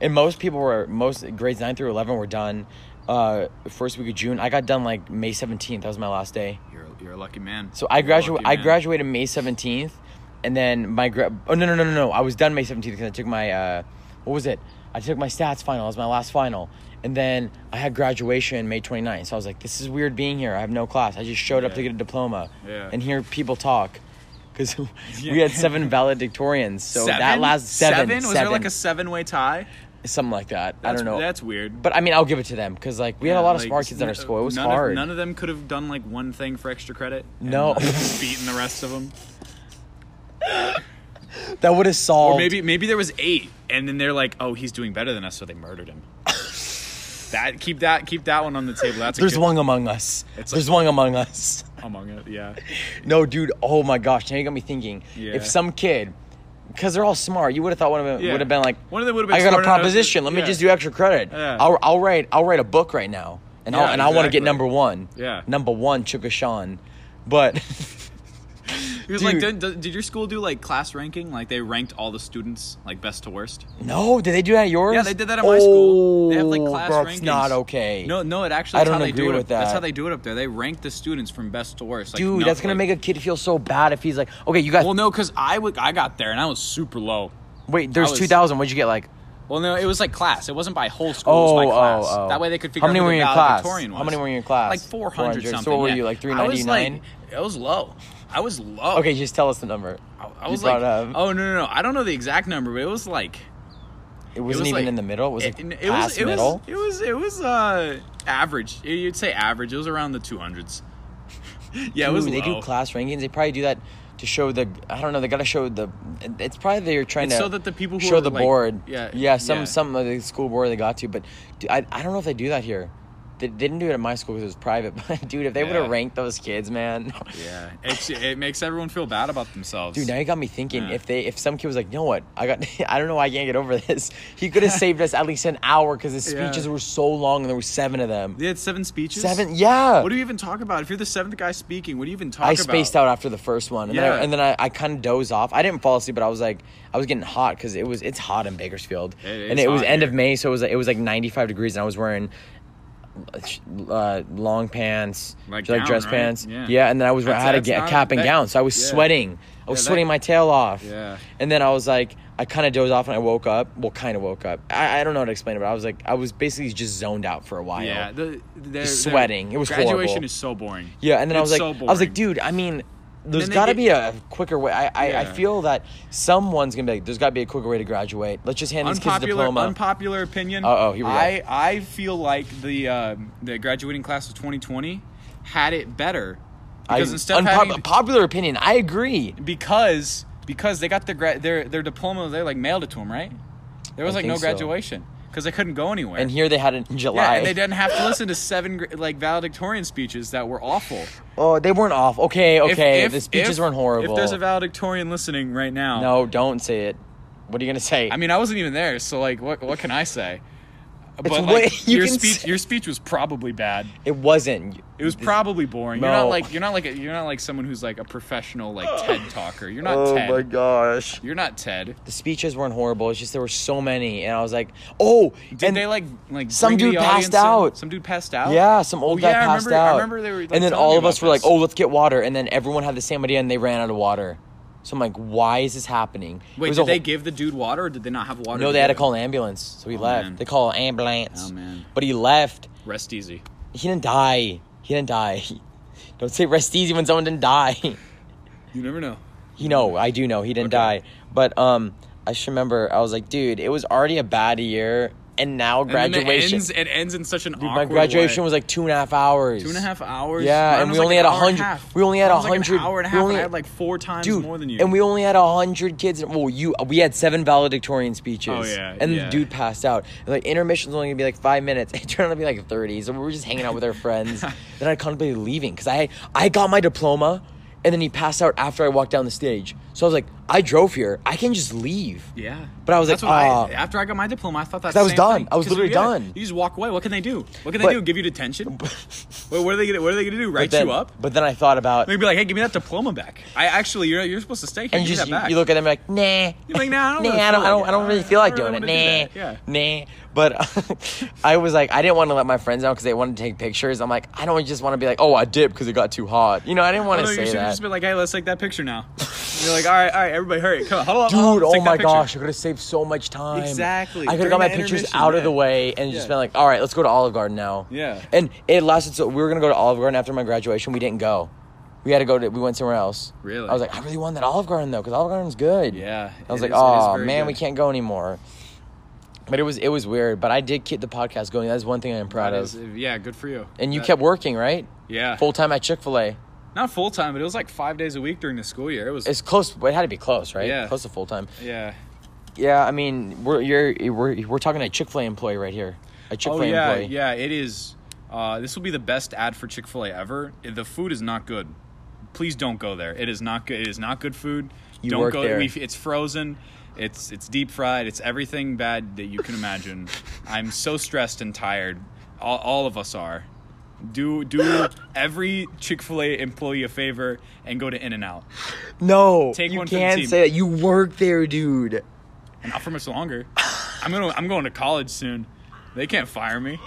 [SPEAKER 1] And most people were most grades nine through eleven were done. Uh, first week of June, I got done like May seventeenth. That was my last day.
[SPEAKER 2] You're you're a lucky man.
[SPEAKER 1] So
[SPEAKER 2] You're
[SPEAKER 1] I
[SPEAKER 2] a lucky
[SPEAKER 1] graduated. I
[SPEAKER 2] man.
[SPEAKER 1] graduated May seventeenth, and then my gra- oh no no no no no I was done May seventeenth because I took my uh, what was it? I took my stats final. It was my last final, and then I had graduation May 29th. So I was like, this is weird being here. I have no class. I just showed up to
[SPEAKER 2] Yeah.
[SPEAKER 1] get a diploma
[SPEAKER 2] Yeah.
[SPEAKER 1] and hear people talk. Because we
[SPEAKER 2] Yeah.
[SPEAKER 1] had seven valedictorians, so that last seven,
[SPEAKER 2] Was there like a seven way tie?
[SPEAKER 1] something like that? I
[SPEAKER 2] That's-
[SPEAKER 1] don't know.
[SPEAKER 2] That's weird.
[SPEAKER 1] but I mean, I'll give it to them because like we had a lot of smart kids at our school. It was
[SPEAKER 2] none
[SPEAKER 1] hard.
[SPEAKER 2] Of, none of them could have done like one thing for extra credit. and,
[SPEAKER 1] No.
[SPEAKER 2] like, beaten the rest of them.
[SPEAKER 1] that would have solved.
[SPEAKER 2] Or maybe maybe there was eight, and then they're like, "Oh, he's doing better than us," so they murdered him. that keep that keep that one on the table. That's a
[SPEAKER 1] there's
[SPEAKER 2] good-
[SPEAKER 1] one among us.
[SPEAKER 2] It's
[SPEAKER 1] There's one among us.
[SPEAKER 2] among it. Yeah,
[SPEAKER 1] No, dude. Oh my gosh. Now you got me thinking.
[SPEAKER 2] Yeah.
[SPEAKER 1] If some kid, because they're all smart, you would have thought one of them
[SPEAKER 2] Yeah.
[SPEAKER 1] would have been like,
[SPEAKER 2] One of them would have been
[SPEAKER 1] I got a
[SPEAKER 2] smart enough to-
[SPEAKER 1] proposition. Let me
[SPEAKER 2] yeah.
[SPEAKER 1] just do extra credit.
[SPEAKER 2] Yeah.
[SPEAKER 1] I'll, I'll write. I'll write a book right now, and I'll,
[SPEAKER 2] Yeah,
[SPEAKER 1] and I want to get
[SPEAKER 2] exactly.
[SPEAKER 1] number one.
[SPEAKER 2] Yeah.
[SPEAKER 1] Number one, Chukashan. But
[SPEAKER 2] he was like,
[SPEAKER 1] Dude.
[SPEAKER 2] did, did, did your school do like class ranking? Like they ranked all the students like best to worst.
[SPEAKER 1] no, did they do that at yours?
[SPEAKER 2] Yeah, they did that at my school. They have like
[SPEAKER 1] Oh,
[SPEAKER 2] class
[SPEAKER 1] that's
[SPEAKER 2] rankings.
[SPEAKER 1] not okay.
[SPEAKER 2] No, no, it actually.
[SPEAKER 1] I
[SPEAKER 2] that's
[SPEAKER 1] don't
[SPEAKER 2] how they do
[SPEAKER 1] agree
[SPEAKER 2] it
[SPEAKER 1] with
[SPEAKER 2] up- That's
[SPEAKER 1] that.
[SPEAKER 2] how they do it up there. They rank the students from best to worst. Like,
[SPEAKER 1] Dude,
[SPEAKER 2] no-
[SPEAKER 1] that's gonna
[SPEAKER 2] like-
[SPEAKER 1] make a kid feel so bad if he's like, okay, you guys.
[SPEAKER 2] Well, no, because I would I got there and I was super low.
[SPEAKER 1] wait, there's
[SPEAKER 2] I was-
[SPEAKER 1] two thousand. What'd you get? Like,
[SPEAKER 2] Well, no, it was like class. It wasn't by whole school. it was by class.
[SPEAKER 1] oh, oh.
[SPEAKER 2] That way they could figure
[SPEAKER 1] How many
[SPEAKER 2] out who
[SPEAKER 1] were in
[SPEAKER 2] the
[SPEAKER 1] your class?
[SPEAKER 2] valedictorian
[SPEAKER 1] How
[SPEAKER 2] was.
[SPEAKER 1] many were in your class?
[SPEAKER 2] Like 400,
[SPEAKER 1] 400. So
[SPEAKER 2] something.
[SPEAKER 1] what were
[SPEAKER 2] yeah.
[SPEAKER 1] you, like,
[SPEAKER 2] I was, like-
[SPEAKER 1] 399?
[SPEAKER 2] I was low. I was low.
[SPEAKER 1] okay, just tell us the number.
[SPEAKER 2] I, I
[SPEAKER 1] you
[SPEAKER 2] was
[SPEAKER 1] brought
[SPEAKER 2] like,
[SPEAKER 1] it up.
[SPEAKER 2] oh no, no, no. I don't know the exact number, but it was like
[SPEAKER 1] It wasn't
[SPEAKER 2] was
[SPEAKER 1] even
[SPEAKER 2] like-
[SPEAKER 1] in the middle. It was like
[SPEAKER 2] it, it
[SPEAKER 1] past
[SPEAKER 2] was, it
[SPEAKER 1] middle.
[SPEAKER 2] Was, it was it was uh average. You- You'd say average. It was around the 200s. yeah, it was
[SPEAKER 1] Ooh,
[SPEAKER 2] low.
[SPEAKER 1] they do class rankings. They probably do that to show the. I don't know. They gotta show the. It's probably they're trying
[SPEAKER 2] It's
[SPEAKER 1] to
[SPEAKER 2] so that the people who
[SPEAKER 1] show
[SPEAKER 2] are,
[SPEAKER 1] the
[SPEAKER 2] like-
[SPEAKER 1] board.
[SPEAKER 2] yeah,
[SPEAKER 1] yeah. Some
[SPEAKER 2] yeah.
[SPEAKER 1] some of the school board they got to, but d- I I don't know if they do that here. They didn't do it at my school because it was private. But dude, if they would
[SPEAKER 2] Yeah.
[SPEAKER 1] have ranked those kids, man.
[SPEAKER 2] Yeah, it's, it makes everyone feel bad about themselves.
[SPEAKER 1] Dude, now you got me thinking.
[SPEAKER 2] Yeah.
[SPEAKER 1] If they, if some kid was like, you know what, I got, I don't know why I can't get over this. He could have saved us at least an hour because his
[SPEAKER 2] Yeah.
[SPEAKER 1] speeches were so long and there were seven of them.
[SPEAKER 2] they had seven speeches.
[SPEAKER 1] Seven, yeah.
[SPEAKER 2] What do you even talk about? If you're the seventh guy speaking, what do you even talk
[SPEAKER 1] I
[SPEAKER 2] about?
[SPEAKER 1] spaced out after the first one, and then
[SPEAKER 2] Yeah.
[SPEAKER 1] I, and then I, I kind of dozed off. I didn't fall asleep, but I was like, I was getting hot because it was it's hot in Bakersfield,
[SPEAKER 2] It
[SPEAKER 1] and
[SPEAKER 2] is
[SPEAKER 1] it was
[SPEAKER 2] hot
[SPEAKER 1] end
[SPEAKER 2] here.
[SPEAKER 1] of May, so it was like, it was like ninety five degrees, and I was wearing uh, long pants,
[SPEAKER 2] Like
[SPEAKER 1] like, dress
[SPEAKER 2] gown, right?
[SPEAKER 1] pants,
[SPEAKER 2] Yeah.
[SPEAKER 1] yeah. and then I was I
[SPEAKER 2] That's-
[SPEAKER 1] had a,
[SPEAKER 2] that's
[SPEAKER 1] ga-
[SPEAKER 2] not-
[SPEAKER 1] cap and
[SPEAKER 2] that-
[SPEAKER 1] gown, so I was
[SPEAKER 2] yeah.
[SPEAKER 1] sweating, I
[SPEAKER 2] Yeah,
[SPEAKER 1] was
[SPEAKER 2] that-
[SPEAKER 1] sweating my tail off,
[SPEAKER 2] Yeah.
[SPEAKER 1] and then I was like. I kind of dozed off and I woke up. Well, kind of woke up. I, I don't know how to explain it, but I was like, I was basically just zoned out for a while.
[SPEAKER 2] Yeah, the, they're,
[SPEAKER 1] Just sweating.
[SPEAKER 2] they're-
[SPEAKER 1] It was
[SPEAKER 2] graduation
[SPEAKER 1] horrible.
[SPEAKER 2] is so boring.
[SPEAKER 1] Yeah, and then I was
[SPEAKER 2] It's
[SPEAKER 1] like,
[SPEAKER 2] so
[SPEAKER 1] I
[SPEAKER 2] boring.
[SPEAKER 1] was like, dude, I mean, there's
[SPEAKER 2] then they
[SPEAKER 1] got to
[SPEAKER 2] get-
[SPEAKER 1] be a quicker way. I, I, I
[SPEAKER 2] Yeah.
[SPEAKER 1] feel that someone's gonna be like, there's got to be a quicker way to graduate. Let's just hand these kids a
[SPEAKER 2] Unpopular,
[SPEAKER 1] diploma.
[SPEAKER 2] unpopular opinion.
[SPEAKER 1] Uh-oh, here we go.
[SPEAKER 2] I I feel like the um the graduating class of 2020 had it better
[SPEAKER 1] I-
[SPEAKER 2] because instead of
[SPEAKER 1] unpop-
[SPEAKER 2] having,
[SPEAKER 1] popular opinion, I agree.
[SPEAKER 2] because because they got their gra- their their diploma they like mailed it to them right. There was
[SPEAKER 1] I
[SPEAKER 2] like no
[SPEAKER 1] think so.
[SPEAKER 2] graduation because they couldn't go anywhere.
[SPEAKER 1] And here they had it in July.
[SPEAKER 2] yeah, and they didn't have to listen to seven gra- like valedictorian speeches that were awful.
[SPEAKER 1] Oh, they weren't off. Okay,
[SPEAKER 2] If-
[SPEAKER 1] okay,
[SPEAKER 2] if-
[SPEAKER 1] the speeches
[SPEAKER 2] if-
[SPEAKER 1] weren't horrible.
[SPEAKER 2] If there's a valedictorian listening right now,
[SPEAKER 1] no, don't say it. What are you gonna say?
[SPEAKER 2] I mean, I wasn't even there, so like, what what can I say? But
[SPEAKER 1] way-
[SPEAKER 2] like,
[SPEAKER 1] you
[SPEAKER 2] your
[SPEAKER 1] can
[SPEAKER 2] speech
[SPEAKER 1] say-
[SPEAKER 2] your speech was probably bad.
[SPEAKER 1] it wasn't.
[SPEAKER 2] It was probably boring. You're
[SPEAKER 1] No.
[SPEAKER 2] not like you're not like a, you're not like someone who's like a professional like TED talker. You're not
[SPEAKER 1] Oh
[SPEAKER 2] Ted.
[SPEAKER 1] my gosh.
[SPEAKER 2] You're not Ted.
[SPEAKER 1] The speeches weren't horrible. It's just there were so many, and I was like, oh,
[SPEAKER 2] Did
[SPEAKER 1] and
[SPEAKER 2] they like like
[SPEAKER 1] some
[SPEAKER 2] bring
[SPEAKER 1] dude
[SPEAKER 2] the audience
[SPEAKER 1] passed
[SPEAKER 2] in?
[SPEAKER 1] out.
[SPEAKER 2] Some dude passed out.
[SPEAKER 1] Yeah, some old
[SPEAKER 2] Oh,
[SPEAKER 1] guy
[SPEAKER 2] yeah, I
[SPEAKER 1] passed
[SPEAKER 2] remember- I
[SPEAKER 1] out.
[SPEAKER 2] remember they were, like,
[SPEAKER 1] and then
[SPEAKER 2] telling
[SPEAKER 1] all
[SPEAKER 2] me
[SPEAKER 1] of us
[SPEAKER 2] about
[SPEAKER 1] were like,
[SPEAKER 2] this.
[SPEAKER 1] "Oh, let's get water," and then everyone had the same idea, and they ran out of water. So I'm like, "Why is this happening?" It
[SPEAKER 2] Wait,
[SPEAKER 1] was
[SPEAKER 2] did
[SPEAKER 1] a
[SPEAKER 2] they
[SPEAKER 1] whole-
[SPEAKER 2] give the dude water or did they not have water?
[SPEAKER 1] No,
[SPEAKER 2] to
[SPEAKER 1] they had to
[SPEAKER 2] give
[SPEAKER 1] call an ambulance, so he left.
[SPEAKER 2] man.
[SPEAKER 1] They call an ambulance.
[SPEAKER 2] Oh, man.
[SPEAKER 1] But he left.
[SPEAKER 2] him? Rest easy.
[SPEAKER 1] He didn't die. He didn't die. Don't say rest easy when someone didn't die.
[SPEAKER 2] You never know.
[SPEAKER 1] You know, I do know he didn't
[SPEAKER 2] Hmm. Okay.
[SPEAKER 1] die, but um, I just remember I was like, dude, it was already a bad year, and now
[SPEAKER 2] And then
[SPEAKER 1] graduation.
[SPEAKER 2] it ends, it ends in such an
[SPEAKER 1] Dude, my
[SPEAKER 2] awkward
[SPEAKER 1] graduation
[SPEAKER 2] way.
[SPEAKER 1] was like two and a half hours.
[SPEAKER 2] two and a half hours.
[SPEAKER 1] Yeah,
[SPEAKER 2] Mine
[SPEAKER 1] and
[SPEAKER 2] was,
[SPEAKER 1] we
[SPEAKER 2] like,
[SPEAKER 1] only
[SPEAKER 2] an
[SPEAKER 1] had a
[SPEAKER 2] hour and
[SPEAKER 1] hundred-
[SPEAKER 2] half.
[SPEAKER 1] we only had
[SPEAKER 2] Mine
[SPEAKER 1] a
[SPEAKER 2] was, like, an
[SPEAKER 1] hundred-
[SPEAKER 2] hour and a half.
[SPEAKER 1] we
[SPEAKER 2] and
[SPEAKER 1] only-
[SPEAKER 2] I had like four times
[SPEAKER 1] dude,
[SPEAKER 2] more than you.
[SPEAKER 1] And we only had hundred kids. Well, you we had seven valedictorian speeches.
[SPEAKER 2] Oh, yeah,
[SPEAKER 1] and
[SPEAKER 2] yeah.
[SPEAKER 1] the dude passed out. And, like intermission's only gonna be like five minutes. It turned out to be like thirty. So we were just hanging out with our friends. then I contemplated leaving because I I got my diploma, and then he passed out after I walked down the stage. So I was like, I drove here. I can just leave.
[SPEAKER 2] Yeah,
[SPEAKER 1] But I was
[SPEAKER 2] That's
[SPEAKER 1] like,
[SPEAKER 2] what
[SPEAKER 1] "Ah."
[SPEAKER 2] I, after I got my diploma, I thought that
[SPEAKER 1] I was
[SPEAKER 2] same
[SPEAKER 1] done.
[SPEAKER 2] thing.
[SPEAKER 1] I was
[SPEAKER 2] 'Cause,
[SPEAKER 1] literally
[SPEAKER 2] yeah,
[SPEAKER 1] done.
[SPEAKER 2] You just walk away. What can they do? What can
[SPEAKER 1] But-
[SPEAKER 2] they do? Give you detention? Wait, what are they? Gonna, what are they gonna do? Write
[SPEAKER 1] then,
[SPEAKER 2] you up?
[SPEAKER 1] But then I thought about
[SPEAKER 2] They'd be like, hey, give me that diploma back. I actually, you're you're supposed to stay here.
[SPEAKER 1] and you
[SPEAKER 2] give me
[SPEAKER 1] just you,
[SPEAKER 2] that back.
[SPEAKER 1] you look at them like nah.
[SPEAKER 2] You're like, nah, I don't
[SPEAKER 1] nah,
[SPEAKER 2] really
[SPEAKER 1] I
[SPEAKER 2] feel
[SPEAKER 1] don't, I
[SPEAKER 2] like it.
[SPEAKER 1] don't, I don't really
[SPEAKER 2] I
[SPEAKER 1] feel like
[SPEAKER 2] don't really
[SPEAKER 1] doing
[SPEAKER 2] wanna
[SPEAKER 1] it.
[SPEAKER 2] do
[SPEAKER 1] Nah,
[SPEAKER 2] that.
[SPEAKER 1] nah. But I was like, I didn't want to let my friends know because they wanted to take pictures. I'm like, I don't just want to be like, oh, I dipped because it got too hot. You know, I didn't want
[SPEAKER 2] Although
[SPEAKER 1] to
[SPEAKER 2] you
[SPEAKER 1] say
[SPEAKER 2] should have
[SPEAKER 1] that.
[SPEAKER 2] just been like, hey, let's take that picture now. And you're like, all right, all right, everybody, hurry, come on, huddle up,
[SPEAKER 1] Dude,
[SPEAKER 2] huddle up, let's
[SPEAKER 1] oh
[SPEAKER 2] take that
[SPEAKER 1] my
[SPEAKER 2] picture."
[SPEAKER 1] gosh, I could have saved so much time.
[SPEAKER 2] Exactly,
[SPEAKER 1] I could have
[SPEAKER 2] during
[SPEAKER 1] got my
[SPEAKER 2] that
[SPEAKER 1] pictures
[SPEAKER 2] intermission,
[SPEAKER 1] out
[SPEAKER 2] yeah.
[SPEAKER 1] of the way and just
[SPEAKER 2] Yeah.
[SPEAKER 1] been like, all right, let's go to Olive Garden now.
[SPEAKER 2] Yeah.
[SPEAKER 1] And it lasted so we were gonna go to Olive Garden after my graduation. We didn't go. We had to go to we went somewhere else.
[SPEAKER 2] Really?
[SPEAKER 1] I was like, I really want that Olive Garden though, because Olive Garden's good.
[SPEAKER 2] Yeah,
[SPEAKER 1] I was
[SPEAKER 2] it
[SPEAKER 1] like,
[SPEAKER 2] is- it is
[SPEAKER 1] oh
[SPEAKER 2] very
[SPEAKER 1] man,
[SPEAKER 2] good."
[SPEAKER 1] we can't go anymore. But it was it was weird. But I did keep the podcast going. That's one thing I am proud
[SPEAKER 2] That
[SPEAKER 1] of.
[SPEAKER 2] is- yeah, good for you.
[SPEAKER 1] and you
[SPEAKER 2] That-
[SPEAKER 1] kept working, right?
[SPEAKER 2] yeah,
[SPEAKER 1] Full time at Chick Fil A.
[SPEAKER 2] not full time, but it was like five days a week during the school year. It was
[SPEAKER 1] It's close. It had to be close, right?
[SPEAKER 2] Yeah.
[SPEAKER 1] Close to full time.
[SPEAKER 2] yeah.
[SPEAKER 1] Yeah, I mean, we're you're we're we're talking a Chick Fil A employee right here. A Chick Fil
[SPEAKER 2] Oh
[SPEAKER 1] A
[SPEAKER 2] yeah,
[SPEAKER 1] employee.
[SPEAKER 2] yeah, it is. Uh, this will be the best ad for Chick Fil A ever. The food is not good. Please don't go there. It is not good. It is not good food.
[SPEAKER 1] You
[SPEAKER 2] don't
[SPEAKER 1] work
[SPEAKER 2] go
[SPEAKER 1] there.
[SPEAKER 2] We, it's frozen. It's it's deep fried. It's everything bad that you can imagine. I'm so stressed and tired. All, all of us are. Do do every Chick Fil A employee a favor and go to In and Out.
[SPEAKER 1] No,
[SPEAKER 2] Take
[SPEAKER 1] you
[SPEAKER 2] one for the
[SPEAKER 1] can't
[SPEAKER 2] team.
[SPEAKER 1] say that. You work there, dude.
[SPEAKER 2] Not for much longer. I'm gonna I'm going to college soon. They can't fire me.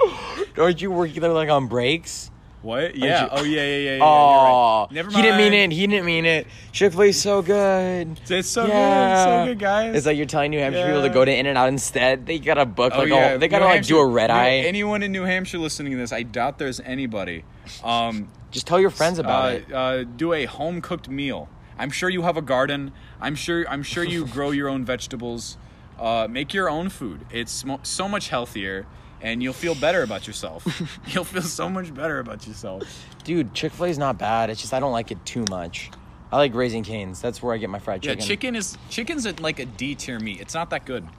[SPEAKER 1] Aren't you working there like on breaks?
[SPEAKER 2] What? Yeah.
[SPEAKER 1] you-
[SPEAKER 2] Oh yeah yeah yeah. yeah, yeah, you're
[SPEAKER 1] Oh,
[SPEAKER 2] right. Never
[SPEAKER 1] He
[SPEAKER 2] mind.
[SPEAKER 1] didn't mean it. He didn't mean it. Chick Fil A's so good.
[SPEAKER 2] It's so
[SPEAKER 1] Yeah.
[SPEAKER 2] good, so good, guys.
[SPEAKER 1] It's like you're telling New Hampshire people
[SPEAKER 2] Yeah.
[SPEAKER 1] to go to In and Out instead. They gotta book
[SPEAKER 2] Oh,
[SPEAKER 1] like
[SPEAKER 2] yeah,
[SPEAKER 1] all, they gotta
[SPEAKER 2] New
[SPEAKER 1] like do a
[SPEAKER 2] Hampshire-
[SPEAKER 1] red
[SPEAKER 2] New-
[SPEAKER 1] eye.
[SPEAKER 2] Anyone in New Hampshire listening to this, I doubt there's anybody. Um,
[SPEAKER 1] Just tell your friends about
[SPEAKER 2] uh,
[SPEAKER 1] it.
[SPEAKER 2] Uh, do a home cooked meal. I'm sure you have a garden. I'm sure. I'm sure you grow your own vegetables. Uh, make your own food. It's mo- so much healthier, and you'll feel better about yourself. you'll feel so much better about yourself.
[SPEAKER 1] Dude, Chick Fil A's not bad. It's just I don't like it too much. I like Raising Canes. That's where I get my fried
[SPEAKER 2] Yeah,
[SPEAKER 1] chicken.
[SPEAKER 2] chicken is chicken's a, like a D tier meat. It's not that good.
[SPEAKER 1] we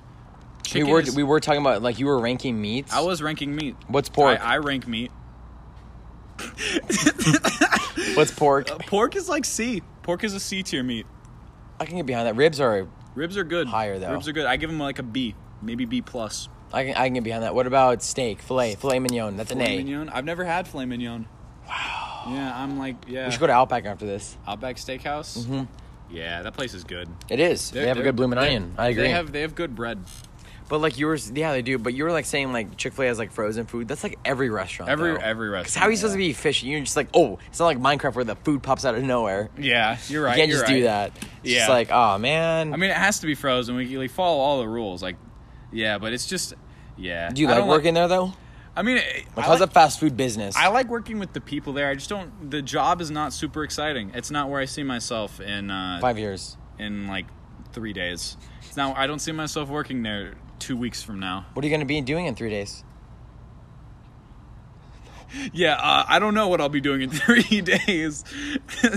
[SPEAKER 2] Chicken
[SPEAKER 1] were
[SPEAKER 2] is-
[SPEAKER 1] we were talking about like you were ranking meats.
[SPEAKER 2] I was ranking meat.
[SPEAKER 1] What's pork?
[SPEAKER 2] I, I rank meat.
[SPEAKER 1] What's pork?
[SPEAKER 2] Pork is like C. Pork is a C tier meat.
[SPEAKER 1] I can get behind that. Ribs are.
[SPEAKER 2] Ribs are good.
[SPEAKER 1] Higher, though.
[SPEAKER 2] Ribs are good. I give them like a B, maybe B plus.
[SPEAKER 1] I can. I can get behind that. What about steak? Filet. Filet mignon. That's an
[SPEAKER 2] Filet
[SPEAKER 1] A.
[SPEAKER 2] mignon. I've never had filet mignon. Wow. Yeah, I'm like yeah.
[SPEAKER 1] We should go to Outback after this.
[SPEAKER 2] Outback Steakhouse. Mm-hmm. Yeah, that place is good.
[SPEAKER 1] It is. They
[SPEAKER 2] They're-
[SPEAKER 1] have a
[SPEAKER 2] they're-
[SPEAKER 1] good blooming
[SPEAKER 2] they-
[SPEAKER 1] onion. I agree.
[SPEAKER 2] They have they have good bread.
[SPEAKER 1] but like you were, yeah, they do. But you were like saying like Chick Fil A has like frozen food. That's like every restaurant.
[SPEAKER 2] Every
[SPEAKER 1] though.
[SPEAKER 2] every restaurant.
[SPEAKER 1] Because how are you supposed to be efficient? You're just like, oh, it's not like Minecraft where the food pops out of nowhere.
[SPEAKER 2] Yeah, you're right.
[SPEAKER 1] you can't
[SPEAKER 2] you're
[SPEAKER 1] just
[SPEAKER 2] right.
[SPEAKER 1] do that. It's
[SPEAKER 2] Yeah.
[SPEAKER 1] just like, oh man.
[SPEAKER 2] I mean, it has to be frozen. We, we follow all the rules. Like, yeah, but it's just, yeah.
[SPEAKER 1] do you
[SPEAKER 2] I
[SPEAKER 1] like
[SPEAKER 2] don't
[SPEAKER 1] working there though?
[SPEAKER 2] I mean,
[SPEAKER 1] Like,
[SPEAKER 2] I,
[SPEAKER 1] how's
[SPEAKER 2] like,
[SPEAKER 1] the fast food business?
[SPEAKER 2] I like working with the people there. I just don't. The job is not super exciting. It's not where I see myself in uh,
[SPEAKER 1] Five years.
[SPEAKER 2] in like three days. It's not. I don't see myself working there two weeks from now.
[SPEAKER 1] What are you gonna be doing in three days?
[SPEAKER 2] Yeah, uh, I don't know what I'll be doing in three days.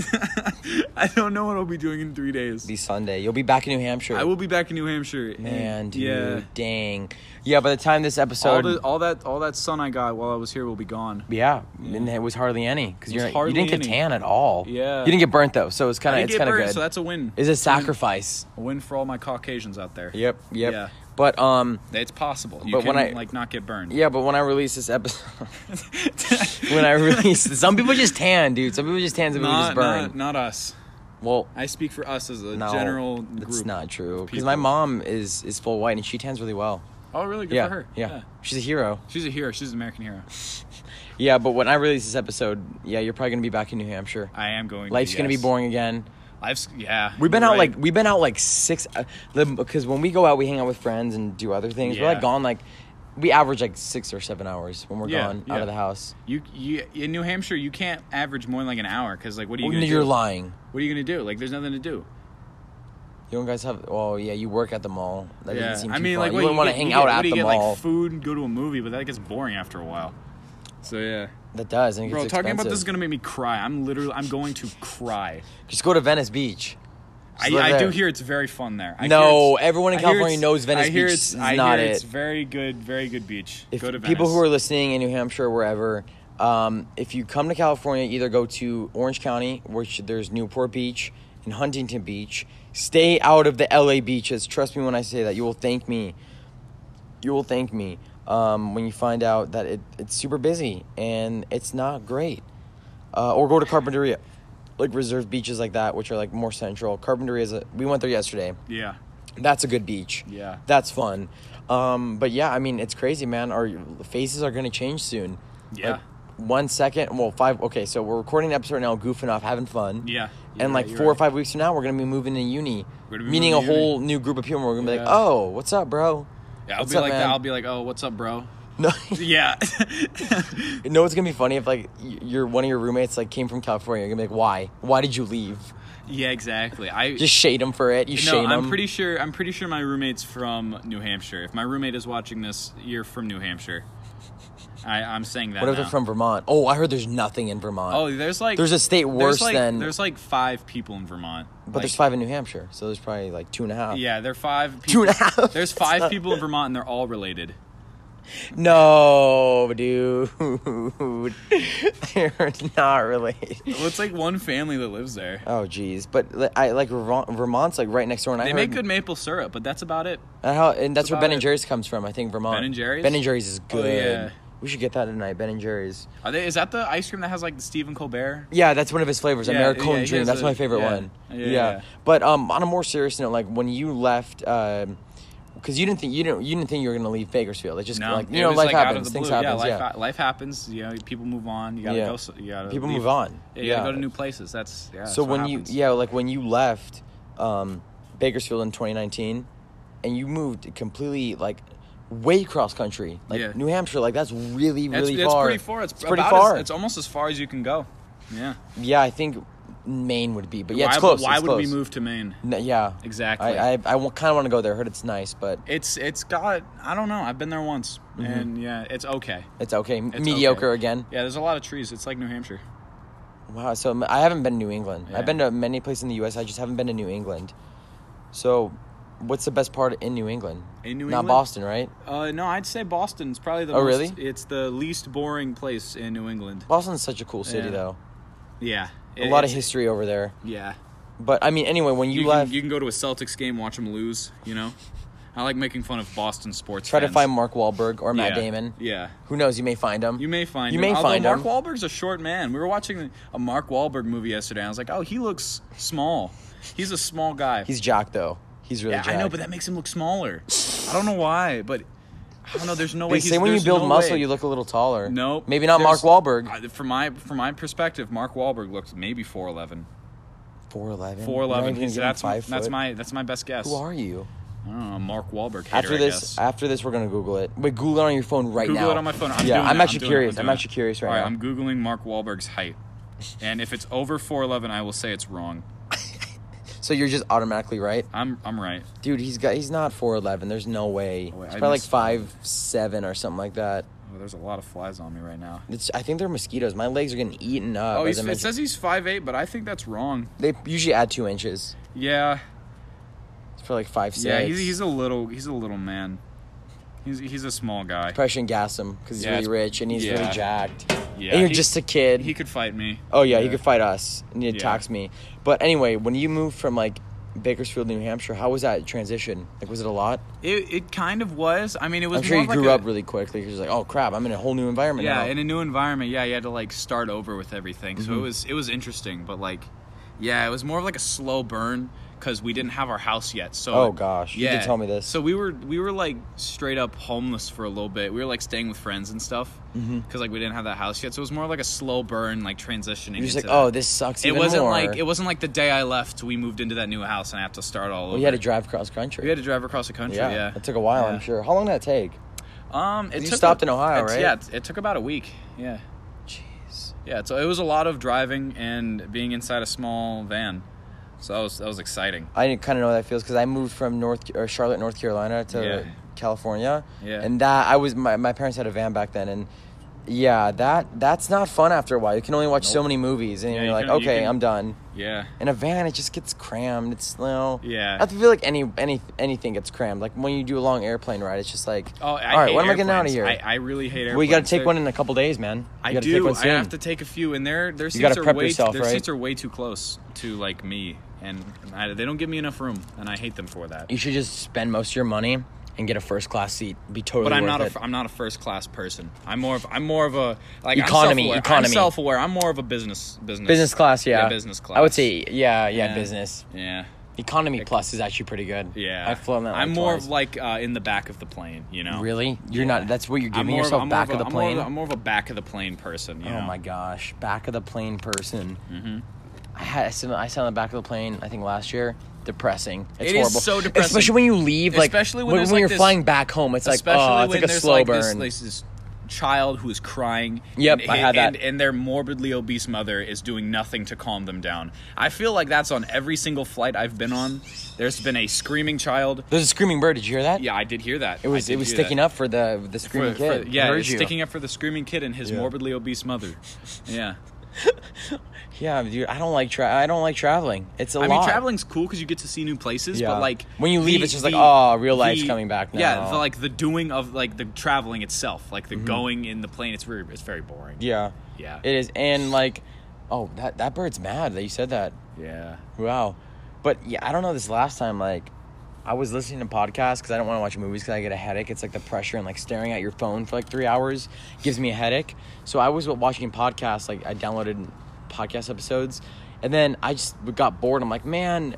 [SPEAKER 2] I don't know what I'll be doing in three days.
[SPEAKER 1] Be Sunday. You'll be back in New Hampshire.
[SPEAKER 2] I will be back in New Hampshire. and-
[SPEAKER 1] Man, dude,
[SPEAKER 2] yeah.
[SPEAKER 1] dang. Yeah, by the time this
[SPEAKER 2] All,
[SPEAKER 1] episode,
[SPEAKER 2] the, all that all that sun I got while I was here will be gone.
[SPEAKER 1] yeah, and it was hardly any because you
[SPEAKER 2] was
[SPEAKER 1] you didn't
[SPEAKER 2] hardly
[SPEAKER 1] get
[SPEAKER 2] any.
[SPEAKER 1] tan at all.
[SPEAKER 2] Yeah.
[SPEAKER 1] you didn't get burnt though, so it's kind
[SPEAKER 2] I
[SPEAKER 1] of
[SPEAKER 2] didn't
[SPEAKER 1] it's
[SPEAKER 2] get
[SPEAKER 1] kind of
[SPEAKER 2] burned,
[SPEAKER 1] good.
[SPEAKER 2] so that's a win.
[SPEAKER 1] It's a sacrifice.
[SPEAKER 2] a win for all my Caucasians out there.
[SPEAKER 1] Yep, yep.
[SPEAKER 2] Yeah.
[SPEAKER 1] But um,
[SPEAKER 2] It's possible. You
[SPEAKER 1] But
[SPEAKER 2] can
[SPEAKER 1] when I-
[SPEAKER 2] like not get burned.
[SPEAKER 1] yeah, but when I release this episode, when I release, some people just tan, dude. Some people just tan, some people
[SPEAKER 2] not,
[SPEAKER 1] just burn.
[SPEAKER 2] not not us.
[SPEAKER 1] Well,
[SPEAKER 2] I speak for us as a
[SPEAKER 1] no,
[SPEAKER 2] general group.
[SPEAKER 1] that's not true. Because
[SPEAKER 2] people.
[SPEAKER 1] my mom is is full white and she tans really well.
[SPEAKER 2] Oh, really? Good
[SPEAKER 1] yeah,
[SPEAKER 2] for her.
[SPEAKER 1] yeah, she's a hero.
[SPEAKER 2] She's a hero. She's an American hero.
[SPEAKER 1] Yeah, but when I release this episode, yeah, you're probably gonna be back in New Hampshire.
[SPEAKER 2] I am going.
[SPEAKER 1] Life's
[SPEAKER 2] to,
[SPEAKER 1] gonna be
[SPEAKER 2] yes.
[SPEAKER 1] boring again.
[SPEAKER 2] Life's yeah.
[SPEAKER 1] We've been
[SPEAKER 2] you're
[SPEAKER 1] out
[SPEAKER 2] right.
[SPEAKER 1] like we've been out like six, because when we go out, we hang out with friends and do other things. We're like
[SPEAKER 2] Yeah.
[SPEAKER 1] gone like, we average like six or seven hours when we're
[SPEAKER 2] Yeah,
[SPEAKER 1] gone out
[SPEAKER 2] yeah.
[SPEAKER 1] of the house.
[SPEAKER 2] you you in New Hampshire. You can't average more than like an hour because like what are you
[SPEAKER 1] Well,
[SPEAKER 2] gonna
[SPEAKER 1] you're
[SPEAKER 2] do?
[SPEAKER 1] lying.
[SPEAKER 2] What are you gonna do? Like there's nothing to do.
[SPEAKER 1] You don't guys have? Oh yeah, you work at the mall. That
[SPEAKER 2] yeah.
[SPEAKER 1] doesn't seem too
[SPEAKER 2] I mean
[SPEAKER 1] fun.
[SPEAKER 2] like
[SPEAKER 1] you
[SPEAKER 2] what
[SPEAKER 1] wouldn't want to
[SPEAKER 2] get-
[SPEAKER 1] hang
[SPEAKER 2] you
[SPEAKER 1] out
[SPEAKER 2] get,
[SPEAKER 1] at
[SPEAKER 2] what do
[SPEAKER 1] the
[SPEAKER 2] you get,
[SPEAKER 1] mall.
[SPEAKER 2] Like food, and go to a movie, but that gets boring after a while. So yeah.
[SPEAKER 1] that does. And it
[SPEAKER 2] Bro,
[SPEAKER 1] gets
[SPEAKER 2] talking about
[SPEAKER 1] expensive.
[SPEAKER 2] this is gonna make me cry. I'm literally, I'm going to cry.
[SPEAKER 1] Just go to Venice Beach. Just
[SPEAKER 2] I,
[SPEAKER 1] live
[SPEAKER 2] I do
[SPEAKER 1] there.
[SPEAKER 2] hear it's very fun there. I
[SPEAKER 1] No,
[SPEAKER 2] hear it's-
[SPEAKER 1] everyone in
[SPEAKER 2] I hear
[SPEAKER 1] California
[SPEAKER 2] it's-
[SPEAKER 1] knows Venice
[SPEAKER 2] I hear
[SPEAKER 1] Beach
[SPEAKER 2] it's,
[SPEAKER 1] is
[SPEAKER 2] I
[SPEAKER 1] not
[SPEAKER 2] hear
[SPEAKER 1] it.
[SPEAKER 2] It's very good, very good beach.
[SPEAKER 1] If
[SPEAKER 2] go to Venice.
[SPEAKER 1] people who are listening in New Hampshire or wherever, um, if you come to California, either go to Orange County, which there's Newport Beach and Huntington Beach. Stay out of the LA beaches. Trust me when I say that. You will thank me. You will thank me um, when you find out that it, it's super busy and it's not great. Uh, or go to Carpinteria, like reserve beaches like that, which are like more central. Carpinteria is a, we went there yesterday
[SPEAKER 2] yeah,
[SPEAKER 1] that's a good beach.
[SPEAKER 2] Yeah.
[SPEAKER 1] That's fun. Um, but yeah, I mean, it's crazy, man. Our faces are going to change soon.
[SPEAKER 2] Yeah.
[SPEAKER 1] Like, one second, well, five. Okay, so we're recording an episode right now, goofing off, having fun.
[SPEAKER 2] Yeah. You're
[SPEAKER 1] And
[SPEAKER 2] right,
[SPEAKER 1] like
[SPEAKER 2] you're
[SPEAKER 1] four or
[SPEAKER 2] right.
[SPEAKER 1] five weeks from now, we're going to be moving to uni,
[SPEAKER 2] We're gonna be
[SPEAKER 1] meaning a
[SPEAKER 2] moving to
[SPEAKER 1] whole new group of people. We're going to be like,
[SPEAKER 2] Yeah.
[SPEAKER 1] oh, what's up, bro?
[SPEAKER 2] yeah. I'll
[SPEAKER 1] What's
[SPEAKER 2] be
[SPEAKER 1] up,
[SPEAKER 2] like
[SPEAKER 1] man?
[SPEAKER 2] that. I'll be like, oh, what's up, bro?
[SPEAKER 1] No,
[SPEAKER 2] Yeah,
[SPEAKER 1] you know what's gonna be funny if like y- your one of your roommates like came from California. You're gonna be like, why? Why did you leave?
[SPEAKER 2] yeah, exactly. I
[SPEAKER 1] Just shade him for it. You
[SPEAKER 2] no,
[SPEAKER 1] shade him.
[SPEAKER 2] I'm pretty sure. I'm pretty sure my roommate's from New Hampshire. If my roommate is watching this, you're from New Hampshire. I, I'm saying that.
[SPEAKER 1] What if they're
[SPEAKER 2] now.
[SPEAKER 1] from Vermont? Oh, I heard there's nothing in Vermont.
[SPEAKER 2] Oh, there's like
[SPEAKER 1] There's a state
[SPEAKER 2] there's
[SPEAKER 1] worse
[SPEAKER 2] like,
[SPEAKER 1] than-
[SPEAKER 2] there's like five people in Vermont.
[SPEAKER 1] But there's five in New Hampshire, so there's probably like two and a half.
[SPEAKER 2] Yeah, there are five. People,
[SPEAKER 1] Two and a half.
[SPEAKER 2] There's five people in Vermont, and they're all related.
[SPEAKER 1] No, dude. They're not related.
[SPEAKER 2] Well, it's like one family that lives there.
[SPEAKER 1] Oh, jeez. But li- I like Vermont, Vermont's like right next door, and I
[SPEAKER 2] They
[SPEAKER 1] heard,
[SPEAKER 2] make good maple syrup, but that's about it.
[SPEAKER 1] and how- and that's where
[SPEAKER 2] about
[SPEAKER 1] Ben and
[SPEAKER 2] it.
[SPEAKER 1] Jerry's comes from. I think Vermont.
[SPEAKER 2] Ben and Jerry's?
[SPEAKER 1] Ben and Jerry's is
[SPEAKER 2] Oh,
[SPEAKER 1] good.
[SPEAKER 2] yeah.
[SPEAKER 1] We should get that tonight. Ben and Jerry's.
[SPEAKER 2] Are they? Is that the ice cream that has like the Stephen Colbert?
[SPEAKER 1] Yeah, that's one of his flavors.
[SPEAKER 2] Yeah,
[SPEAKER 1] Americone
[SPEAKER 2] yeah, he
[SPEAKER 1] Dream.
[SPEAKER 2] has
[SPEAKER 1] That's
[SPEAKER 2] a-
[SPEAKER 1] my favorite
[SPEAKER 2] yeah.
[SPEAKER 1] one. Yeah.
[SPEAKER 2] Yeah, yeah.
[SPEAKER 1] But um, on a more serious note, like when you left, because you didn't think you didn't you didn't think you were gonna leave Bakersfield. It's just
[SPEAKER 2] No,
[SPEAKER 1] like you
[SPEAKER 2] it
[SPEAKER 1] know
[SPEAKER 2] was
[SPEAKER 1] life
[SPEAKER 2] like
[SPEAKER 1] happens.
[SPEAKER 2] out of the
[SPEAKER 1] Things
[SPEAKER 2] blue.
[SPEAKER 1] happen.
[SPEAKER 2] yeah, life,
[SPEAKER 1] yeah.
[SPEAKER 2] ha- life happens. You know, people move on. You gotta
[SPEAKER 1] Yeah.
[SPEAKER 2] go. So, you gotta
[SPEAKER 1] People
[SPEAKER 2] leave.
[SPEAKER 1] move on.
[SPEAKER 2] Yeah, you gotta go to new places. That's yeah. that's
[SPEAKER 1] so
[SPEAKER 2] what
[SPEAKER 1] when you
[SPEAKER 2] happens.
[SPEAKER 1] yeah like when you left um, bakersfield in 2019 and you moved completely like way cross country like
[SPEAKER 2] Yeah.
[SPEAKER 1] new hampshire like that's really
[SPEAKER 2] it's,
[SPEAKER 1] really
[SPEAKER 2] it's
[SPEAKER 1] far
[SPEAKER 2] pretty far. It's,
[SPEAKER 1] pretty
[SPEAKER 2] about as-
[SPEAKER 1] far
[SPEAKER 2] it's almost as far as you can go. Yeah.
[SPEAKER 1] yeah i think maine would be but yeah
[SPEAKER 2] why
[SPEAKER 1] it's close
[SPEAKER 2] why
[SPEAKER 1] it's
[SPEAKER 2] would we
[SPEAKER 1] close.
[SPEAKER 2] move to Maine?
[SPEAKER 1] N- yeah
[SPEAKER 2] Exactly.
[SPEAKER 1] i i, I kind of want to go there I heard it's nice but
[SPEAKER 2] It's it's got I don't know. I've been there once,
[SPEAKER 1] Mm-hmm.
[SPEAKER 2] and yeah, it's okay.
[SPEAKER 1] it's okay
[SPEAKER 2] It's
[SPEAKER 1] mediocre
[SPEAKER 2] okay.
[SPEAKER 1] again
[SPEAKER 2] Yeah, there's a lot of trees. It's like New Hampshire.
[SPEAKER 1] wow so m- i haven't been to new england
[SPEAKER 2] Yeah.
[SPEAKER 1] i've been to many places in the us i just haven't been to new england so what's the best part in new england
[SPEAKER 2] In New
[SPEAKER 1] not
[SPEAKER 2] England?
[SPEAKER 1] boston right
[SPEAKER 2] Uh, no, I'd say Boston's probably the.
[SPEAKER 1] Oh,
[SPEAKER 2] most,
[SPEAKER 1] really?
[SPEAKER 2] It's the least boring place in New England.
[SPEAKER 1] boston's such a cool city
[SPEAKER 2] Yeah.
[SPEAKER 1] though
[SPEAKER 2] Yeah.
[SPEAKER 1] A lot of
[SPEAKER 2] It's-
[SPEAKER 1] history over there.
[SPEAKER 2] Yeah.
[SPEAKER 1] But I mean, anyway, when you,
[SPEAKER 2] You,
[SPEAKER 1] left,
[SPEAKER 2] can, you can go to a Celtics game, watch them lose, you know? I like making fun of Boston sports
[SPEAKER 1] try to
[SPEAKER 2] fans.
[SPEAKER 1] find Mark Wahlberg or Matt
[SPEAKER 2] Yeah.
[SPEAKER 1] Damon.
[SPEAKER 2] Yeah.
[SPEAKER 1] Who knows? You may find him.
[SPEAKER 2] You may find
[SPEAKER 1] You
[SPEAKER 2] him.
[SPEAKER 1] may
[SPEAKER 2] Although
[SPEAKER 1] find
[SPEAKER 2] Mark
[SPEAKER 1] him.
[SPEAKER 2] Wahlberg's a short man. We were watching a Mark Wahlberg movie yesterday. And I was like, oh, he looks small. He's a small guy.
[SPEAKER 1] He's Jock though. He's really.
[SPEAKER 2] yeah, I know, but that makes him look smaller. I don't know why, but I don't know. There's no way.
[SPEAKER 1] they
[SPEAKER 2] he's-
[SPEAKER 1] say when you
[SPEAKER 2] there's
[SPEAKER 1] build
[SPEAKER 2] no
[SPEAKER 1] muscle,
[SPEAKER 2] way.
[SPEAKER 1] you look a little taller.
[SPEAKER 2] Nope.
[SPEAKER 1] Maybe not Mark
[SPEAKER 2] There's-
[SPEAKER 1] Wahlberg.
[SPEAKER 2] I- from my from my perspective, Mark Wahlberg looked maybe 4'11".
[SPEAKER 1] Four eleven.
[SPEAKER 2] 4'11". He's- That's my, that's my that's my best guess.
[SPEAKER 1] Who are you?
[SPEAKER 2] I don't know, Mark Wahlberg. Hater,
[SPEAKER 1] After
[SPEAKER 2] I
[SPEAKER 1] this,
[SPEAKER 2] guess.
[SPEAKER 1] after this, we're gonna Google it. Wait, Google it on your phone right
[SPEAKER 2] Google
[SPEAKER 1] now.
[SPEAKER 2] it on my phone. I'm
[SPEAKER 1] yeah,
[SPEAKER 2] doing
[SPEAKER 1] I'm
[SPEAKER 2] it.
[SPEAKER 1] actually
[SPEAKER 2] doing it.
[SPEAKER 1] curious. I'm,
[SPEAKER 2] doing it.
[SPEAKER 1] actually curious
[SPEAKER 2] All right,
[SPEAKER 1] right now.
[SPEAKER 2] I'm googling Mark Wahlberg's height, and if it's over 4'11", I will say it's wrong.
[SPEAKER 1] so you're just automatically right,
[SPEAKER 2] I'm I'm right.
[SPEAKER 1] dude. He's got. He's not four eleven. There's no way.
[SPEAKER 2] Wait,
[SPEAKER 1] He's
[SPEAKER 2] I
[SPEAKER 1] probably like
[SPEAKER 2] missed-
[SPEAKER 1] five seven or something like that.
[SPEAKER 2] Oh, there's a lot of flies on me right now.
[SPEAKER 1] It's, I think they're mosquitoes. My legs are getting eaten up.
[SPEAKER 2] Oh,
[SPEAKER 1] as
[SPEAKER 2] he's,
[SPEAKER 1] I
[SPEAKER 2] it
[SPEAKER 1] mentioned.
[SPEAKER 2] says he's 5'8", but I think that's wrong.
[SPEAKER 1] they usually add two inches.
[SPEAKER 2] Yeah,
[SPEAKER 1] It's for like five six.
[SPEAKER 2] yeah. He's, he's a little he's a little man. He's he's a small guy.
[SPEAKER 1] Depression gas him because he's
[SPEAKER 2] Yeah,
[SPEAKER 1] really
[SPEAKER 2] it's-
[SPEAKER 1] rich and he's really
[SPEAKER 2] yeah.
[SPEAKER 1] jacked.
[SPEAKER 2] Yeah,
[SPEAKER 1] and you're
[SPEAKER 2] he-
[SPEAKER 1] just a kid.
[SPEAKER 2] He could fight me.
[SPEAKER 1] oh yeah, he could fight us and he
[SPEAKER 2] Yeah.
[SPEAKER 1] attacks me. But anyway, when you moved from like Bakersfield, New Hampshire, how was that transition? Like, was it a lot?
[SPEAKER 2] It, it kind of was. I mean, it was.
[SPEAKER 1] I'm sure
[SPEAKER 2] more
[SPEAKER 1] you
[SPEAKER 2] like
[SPEAKER 1] grew
[SPEAKER 2] a-
[SPEAKER 1] up really quickly. You're just like, oh crap, I'm in a whole new environment.
[SPEAKER 2] Yeah,
[SPEAKER 1] now.
[SPEAKER 2] in a new environment. Yeah, you had to like start over with everything. So
[SPEAKER 1] Mm-hmm.
[SPEAKER 2] it was it was interesting, but like, yeah, it was more of like a slow burn because we didn't have our house yet. So
[SPEAKER 1] Oh, gosh. You did tell me this.
[SPEAKER 2] So we were we were like straight up homeless for a little bit. We were like staying with friends and stuff because
[SPEAKER 1] Mm-hmm.
[SPEAKER 2] like we didn't have that house yet. So it was more like a slow burn, like transitioning.
[SPEAKER 1] you're just like,
[SPEAKER 2] into
[SPEAKER 1] oh,
[SPEAKER 2] that.
[SPEAKER 1] this sucks.
[SPEAKER 2] It
[SPEAKER 1] even
[SPEAKER 2] wasn't
[SPEAKER 1] more.
[SPEAKER 2] like it wasn't like the day I left. We moved into that new house and I have to start all over.
[SPEAKER 1] We had to drive cross country.
[SPEAKER 2] we had to drive across the country. Yeah,
[SPEAKER 1] it took a while.
[SPEAKER 2] Yeah.
[SPEAKER 1] I'm sure. How long did that take?
[SPEAKER 2] Um, it
[SPEAKER 1] You
[SPEAKER 2] took
[SPEAKER 1] stopped
[SPEAKER 2] a-
[SPEAKER 1] in Ohio,
[SPEAKER 2] it's-
[SPEAKER 1] right?
[SPEAKER 2] Yeah, it, it took about a week. Yeah,
[SPEAKER 1] Jeez.
[SPEAKER 2] yeah. So it was a lot of driving and being inside a small van. So that was that was exciting.
[SPEAKER 1] I didn't kind of know how that feels because I moved from North or Charlotte, North Carolina to
[SPEAKER 2] Yeah.
[SPEAKER 1] California.
[SPEAKER 2] Yeah.
[SPEAKER 1] And that I was my, my parents had a van back then, and yeah, that that's not fun after a while. You can only watch so many movies, and
[SPEAKER 2] Yeah,
[SPEAKER 1] you're
[SPEAKER 2] you
[SPEAKER 1] like,
[SPEAKER 2] can- you
[SPEAKER 1] okay,
[SPEAKER 2] can-
[SPEAKER 1] I'm done.
[SPEAKER 2] Yeah,
[SPEAKER 1] In a van, it just gets crammed. It's you know,
[SPEAKER 2] Yeah.
[SPEAKER 1] I feel like any any anything gets crammed. Like when you do a long airplane ride, it's just like,
[SPEAKER 2] Oh, I
[SPEAKER 1] all right,
[SPEAKER 2] hate
[SPEAKER 1] when am I getting out of
[SPEAKER 2] airplanes.
[SPEAKER 1] here?
[SPEAKER 2] I, I really hate airplanes.
[SPEAKER 1] well, you got to take
[SPEAKER 2] They're-
[SPEAKER 1] one in a couple days, man. You
[SPEAKER 2] I
[SPEAKER 1] gotta
[SPEAKER 2] do.
[SPEAKER 1] Take one
[SPEAKER 2] I
[SPEAKER 1] soon.
[SPEAKER 2] have to take a few, and their their seats
[SPEAKER 1] gotta
[SPEAKER 2] are
[SPEAKER 1] prep
[SPEAKER 2] way
[SPEAKER 1] yourself,
[SPEAKER 2] their
[SPEAKER 1] right?
[SPEAKER 2] seats are way too close to like me, and I, they don't give me enough room, and I hate them for that.
[SPEAKER 1] You should just spend most of your money and get a first class seat. Be totally.
[SPEAKER 2] But I'm
[SPEAKER 1] worth
[SPEAKER 2] not a
[SPEAKER 1] it.
[SPEAKER 2] f- I'm not a first class person. I'm more of I'm more of a like I'm
[SPEAKER 1] Economy,
[SPEAKER 2] self-aware.
[SPEAKER 1] economy.
[SPEAKER 2] I'm self aware. I'm more of a business business
[SPEAKER 1] Business class, yeah.
[SPEAKER 2] Yeah, business
[SPEAKER 1] I would
[SPEAKER 2] class.
[SPEAKER 1] say, yeah, yeah,
[SPEAKER 2] Yeah.
[SPEAKER 1] business.
[SPEAKER 2] Yeah.
[SPEAKER 1] Economy plus is actually pretty good.
[SPEAKER 2] Yeah,
[SPEAKER 1] I've flown that. Like
[SPEAKER 2] I'm more
[SPEAKER 1] twice.
[SPEAKER 2] of like uh, in the back of the plane, you know.
[SPEAKER 1] Really? You're not. That's what you're
[SPEAKER 2] I'm
[SPEAKER 1] giving
[SPEAKER 2] more
[SPEAKER 1] yourself
[SPEAKER 2] I'm more
[SPEAKER 1] back of
[SPEAKER 2] a-
[SPEAKER 1] the
[SPEAKER 2] I'm more
[SPEAKER 1] plane.
[SPEAKER 2] a- I'm more of a back of the plane person. You
[SPEAKER 1] oh
[SPEAKER 2] know?
[SPEAKER 1] my gosh, back of the plane person. Mm-hmm. I had I sat I sat on the back of the plane. I think last year. Depressing. It's
[SPEAKER 2] It is
[SPEAKER 1] horrible.
[SPEAKER 2] so depressing.
[SPEAKER 1] Especially when you leave, like
[SPEAKER 2] Especially when
[SPEAKER 1] when,
[SPEAKER 2] there's,
[SPEAKER 1] when
[SPEAKER 2] like,
[SPEAKER 1] you're
[SPEAKER 2] this-
[SPEAKER 1] flying back home. It's like
[SPEAKER 2] Especially
[SPEAKER 1] oh, it's
[SPEAKER 2] when
[SPEAKER 1] like a
[SPEAKER 2] there's
[SPEAKER 1] slow
[SPEAKER 2] like
[SPEAKER 1] burn.
[SPEAKER 2] This, this child who is crying.
[SPEAKER 1] Yep,
[SPEAKER 2] and,
[SPEAKER 1] I had
[SPEAKER 2] and-
[SPEAKER 1] that.
[SPEAKER 2] And their morbidly obese mother is doing nothing to calm them down. I feel like that's on every single flight I've been on. There's been a screaming child.
[SPEAKER 1] there's a screaming bird. Did you hear that?
[SPEAKER 2] Yeah, I did hear that.
[SPEAKER 1] It was it was sticking up for the the screaming kid. I
[SPEAKER 2] yeah,
[SPEAKER 1] heard
[SPEAKER 2] it's
[SPEAKER 1] you.
[SPEAKER 2] sticking up for the screaming kid and his
[SPEAKER 1] Yeah.
[SPEAKER 2] morbidly obese mother. Yeah.
[SPEAKER 1] Yeah, dude, I don't like tra- I don't like traveling. It's a
[SPEAKER 2] I
[SPEAKER 1] lot.
[SPEAKER 2] mean, traveling's cool because you get to see new places,
[SPEAKER 1] Yeah.
[SPEAKER 2] but like
[SPEAKER 1] When you leave, it's just like, "Oh, real life's coming back now." Mm-hmm.
[SPEAKER 2] Yeah, the, like the doing of like the traveling itself, like the going in the plane, it's very, it's very boring.
[SPEAKER 1] Yeah.
[SPEAKER 2] Yeah.
[SPEAKER 1] It is. And like, oh, that that bird's mad that you said that.
[SPEAKER 2] yeah.
[SPEAKER 1] Wow. But yeah, I don't know. This last time, like, I was listening to podcasts because I don't want to watch movies because I get a headache. It's like the pressure and like staring at your phone for like three hours gives me a headache. So I was watching podcasts. Like I downloaded podcast episodes, and then I just got bored. I'm like, man,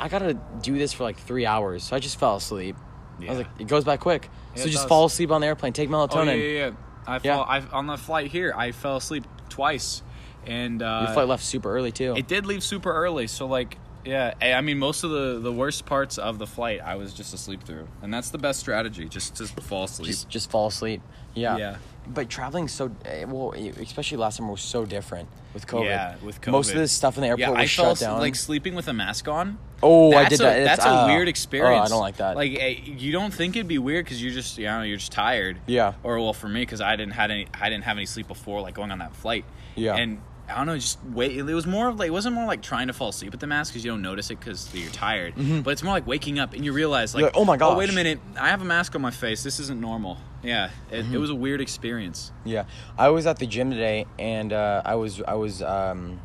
[SPEAKER 1] I gotta do this for like three hours. So I just fell asleep. I
[SPEAKER 2] Yeah.
[SPEAKER 1] was like, it goes by quick.
[SPEAKER 2] Yeah,
[SPEAKER 1] so
[SPEAKER 2] it
[SPEAKER 1] just
[SPEAKER 2] does.
[SPEAKER 1] fall asleep on the airplane. Take melatonin.
[SPEAKER 2] Oh yeah, yeah. yeah. I
[SPEAKER 1] Yeah.
[SPEAKER 2] Fall, I on the flight here, I fell asleep twice, and uh,
[SPEAKER 1] Your flight left super early too.
[SPEAKER 2] it did leave super early. So like, yeah. eh, I I mean, most of the the worst parts of the flight, I was just asleep through, and that's the best strategy, just to fall asleep.
[SPEAKER 1] just just fall asleep. Yeah.
[SPEAKER 2] Yeah.
[SPEAKER 1] But traveling so eh, well, especially last summer was so different with COVID.
[SPEAKER 2] Yeah, with
[SPEAKER 1] Most of
[SPEAKER 2] COVID.
[SPEAKER 1] the stuff in the airport
[SPEAKER 2] yeah,
[SPEAKER 1] was
[SPEAKER 2] I
[SPEAKER 1] shut
[SPEAKER 2] felt
[SPEAKER 1] down.
[SPEAKER 2] like sleeping with a mask on.
[SPEAKER 1] oh, I
[SPEAKER 2] that's
[SPEAKER 1] did
[SPEAKER 2] a,
[SPEAKER 1] that. It's-
[SPEAKER 2] That's a
[SPEAKER 1] ah.
[SPEAKER 2] weird experience.
[SPEAKER 1] Oh, I don't like that.
[SPEAKER 2] Like eh, you don't think it'd be weird because you're just you know you're just tired.
[SPEAKER 1] Yeah.
[SPEAKER 2] Or well, for me because I didn't had any I didn't have any sleep before like going on that flight.
[SPEAKER 1] Yeah.
[SPEAKER 2] And I don't know, just wait. It was more of like, it wasn't more like trying to fall asleep with the mask because you don't notice it because you're tired. But it's more like waking up and you realize, like,
[SPEAKER 1] Mm-hmm. You're like, "Oh my
[SPEAKER 2] god, wait a
[SPEAKER 1] gosh."
[SPEAKER 2] minute, I have a mask on my face. This isn't normal. Yeah, it,
[SPEAKER 1] Mm-hmm.
[SPEAKER 2] it was a weird experience.
[SPEAKER 1] Yeah, I was at the gym today, and uh, I was I was um,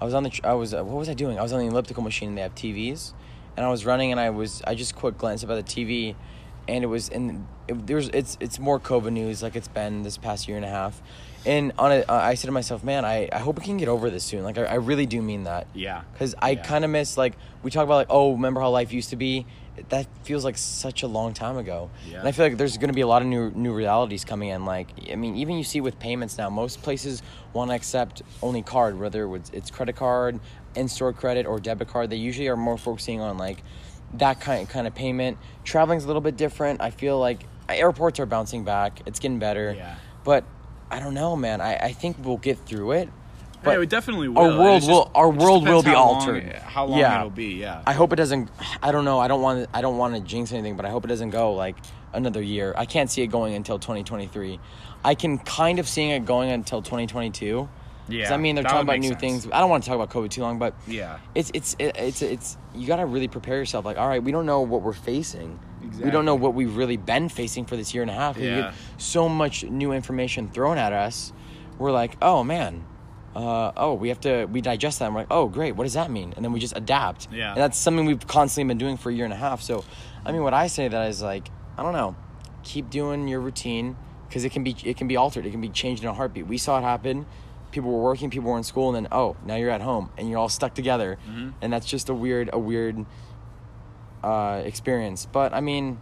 [SPEAKER 1] I was on the tr- I was uh, what was I doing? I was on the elliptical machine. and They have TVs, and I was running, and I was I just quick glanced up at the TV, and it was in it, there's it's it's more COVID news like it's been this past year and a half, and on it I I said to myself, man, I I hope we can get over this soon. Like I, I really do mean that.
[SPEAKER 2] Yeah.
[SPEAKER 1] Because I
[SPEAKER 2] Yeah.
[SPEAKER 1] kind of miss like we talk about like oh remember how life used to be. That feels like such a long time ago,
[SPEAKER 2] Yeah.
[SPEAKER 1] and I feel like there's going to be a lot of new new realities coming in. Like I mean, even you see with payments now, most places want to accept only card, whether it's it's credit card, in store credit, or debit card. They usually are more focusing on like that kind kind of payment. Traveling's a little bit different. I feel like airports are bouncing back. It's getting better.
[SPEAKER 2] Yeah.
[SPEAKER 1] But I don't know, man. I, I think we'll get through it. But
[SPEAKER 2] yeah, we definitely will.
[SPEAKER 1] our
[SPEAKER 2] It's
[SPEAKER 1] world
[SPEAKER 2] just-
[SPEAKER 1] will- our
[SPEAKER 2] it just
[SPEAKER 1] world will
[SPEAKER 2] depends
[SPEAKER 1] be
[SPEAKER 2] how long-
[SPEAKER 1] altered.
[SPEAKER 2] how long
[SPEAKER 1] Yeah.
[SPEAKER 2] it'll be, yeah.
[SPEAKER 1] I hope it doesn't. I don't know. I don't want. I don't want to jinx anything, but I hope it doesn't go like another year. I can't see it going until 2023. I can kind of seeing it going until 2022. 'Cause,
[SPEAKER 2] Yeah,
[SPEAKER 1] I mean, they're
[SPEAKER 2] that
[SPEAKER 1] talking
[SPEAKER 2] would
[SPEAKER 1] about
[SPEAKER 2] make
[SPEAKER 1] new
[SPEAKER 2] sense.
[SPEAKER 1] things. I don't want to talk about COVID too long, but
[SPEAKER 2] Yeah.
[SPEAKER 1] it's it's it, it's it's you gotta really prepare yourself. Like, all right, we don't know what we're facing. We
[SPEAKER 2] Exactly.
[SPEAKER 1] don't know what we've really been facing for this year and a half. We
[SPEAKER 2] Yeah.
[SPEAKER 1] get so much new information thrown at us. We're like, oh man, uh, oh we have to we digest that. And we're like, oh great, what does that mean? And then we just adapt.
[SPEAKER 2] Yeah.
[SPEAKER 1] And that's something we've constantly been doing for a year and a half. So, I mean, what I say to that is like, I don't know, keep doing your routine because it can be it can be altered. It can be changed in a heartbeat. We saw it happen. People were working, people were in school, and then oh, now you're at home and you're all stuck together, and that's just a weird a weird uh, experience. But I mean,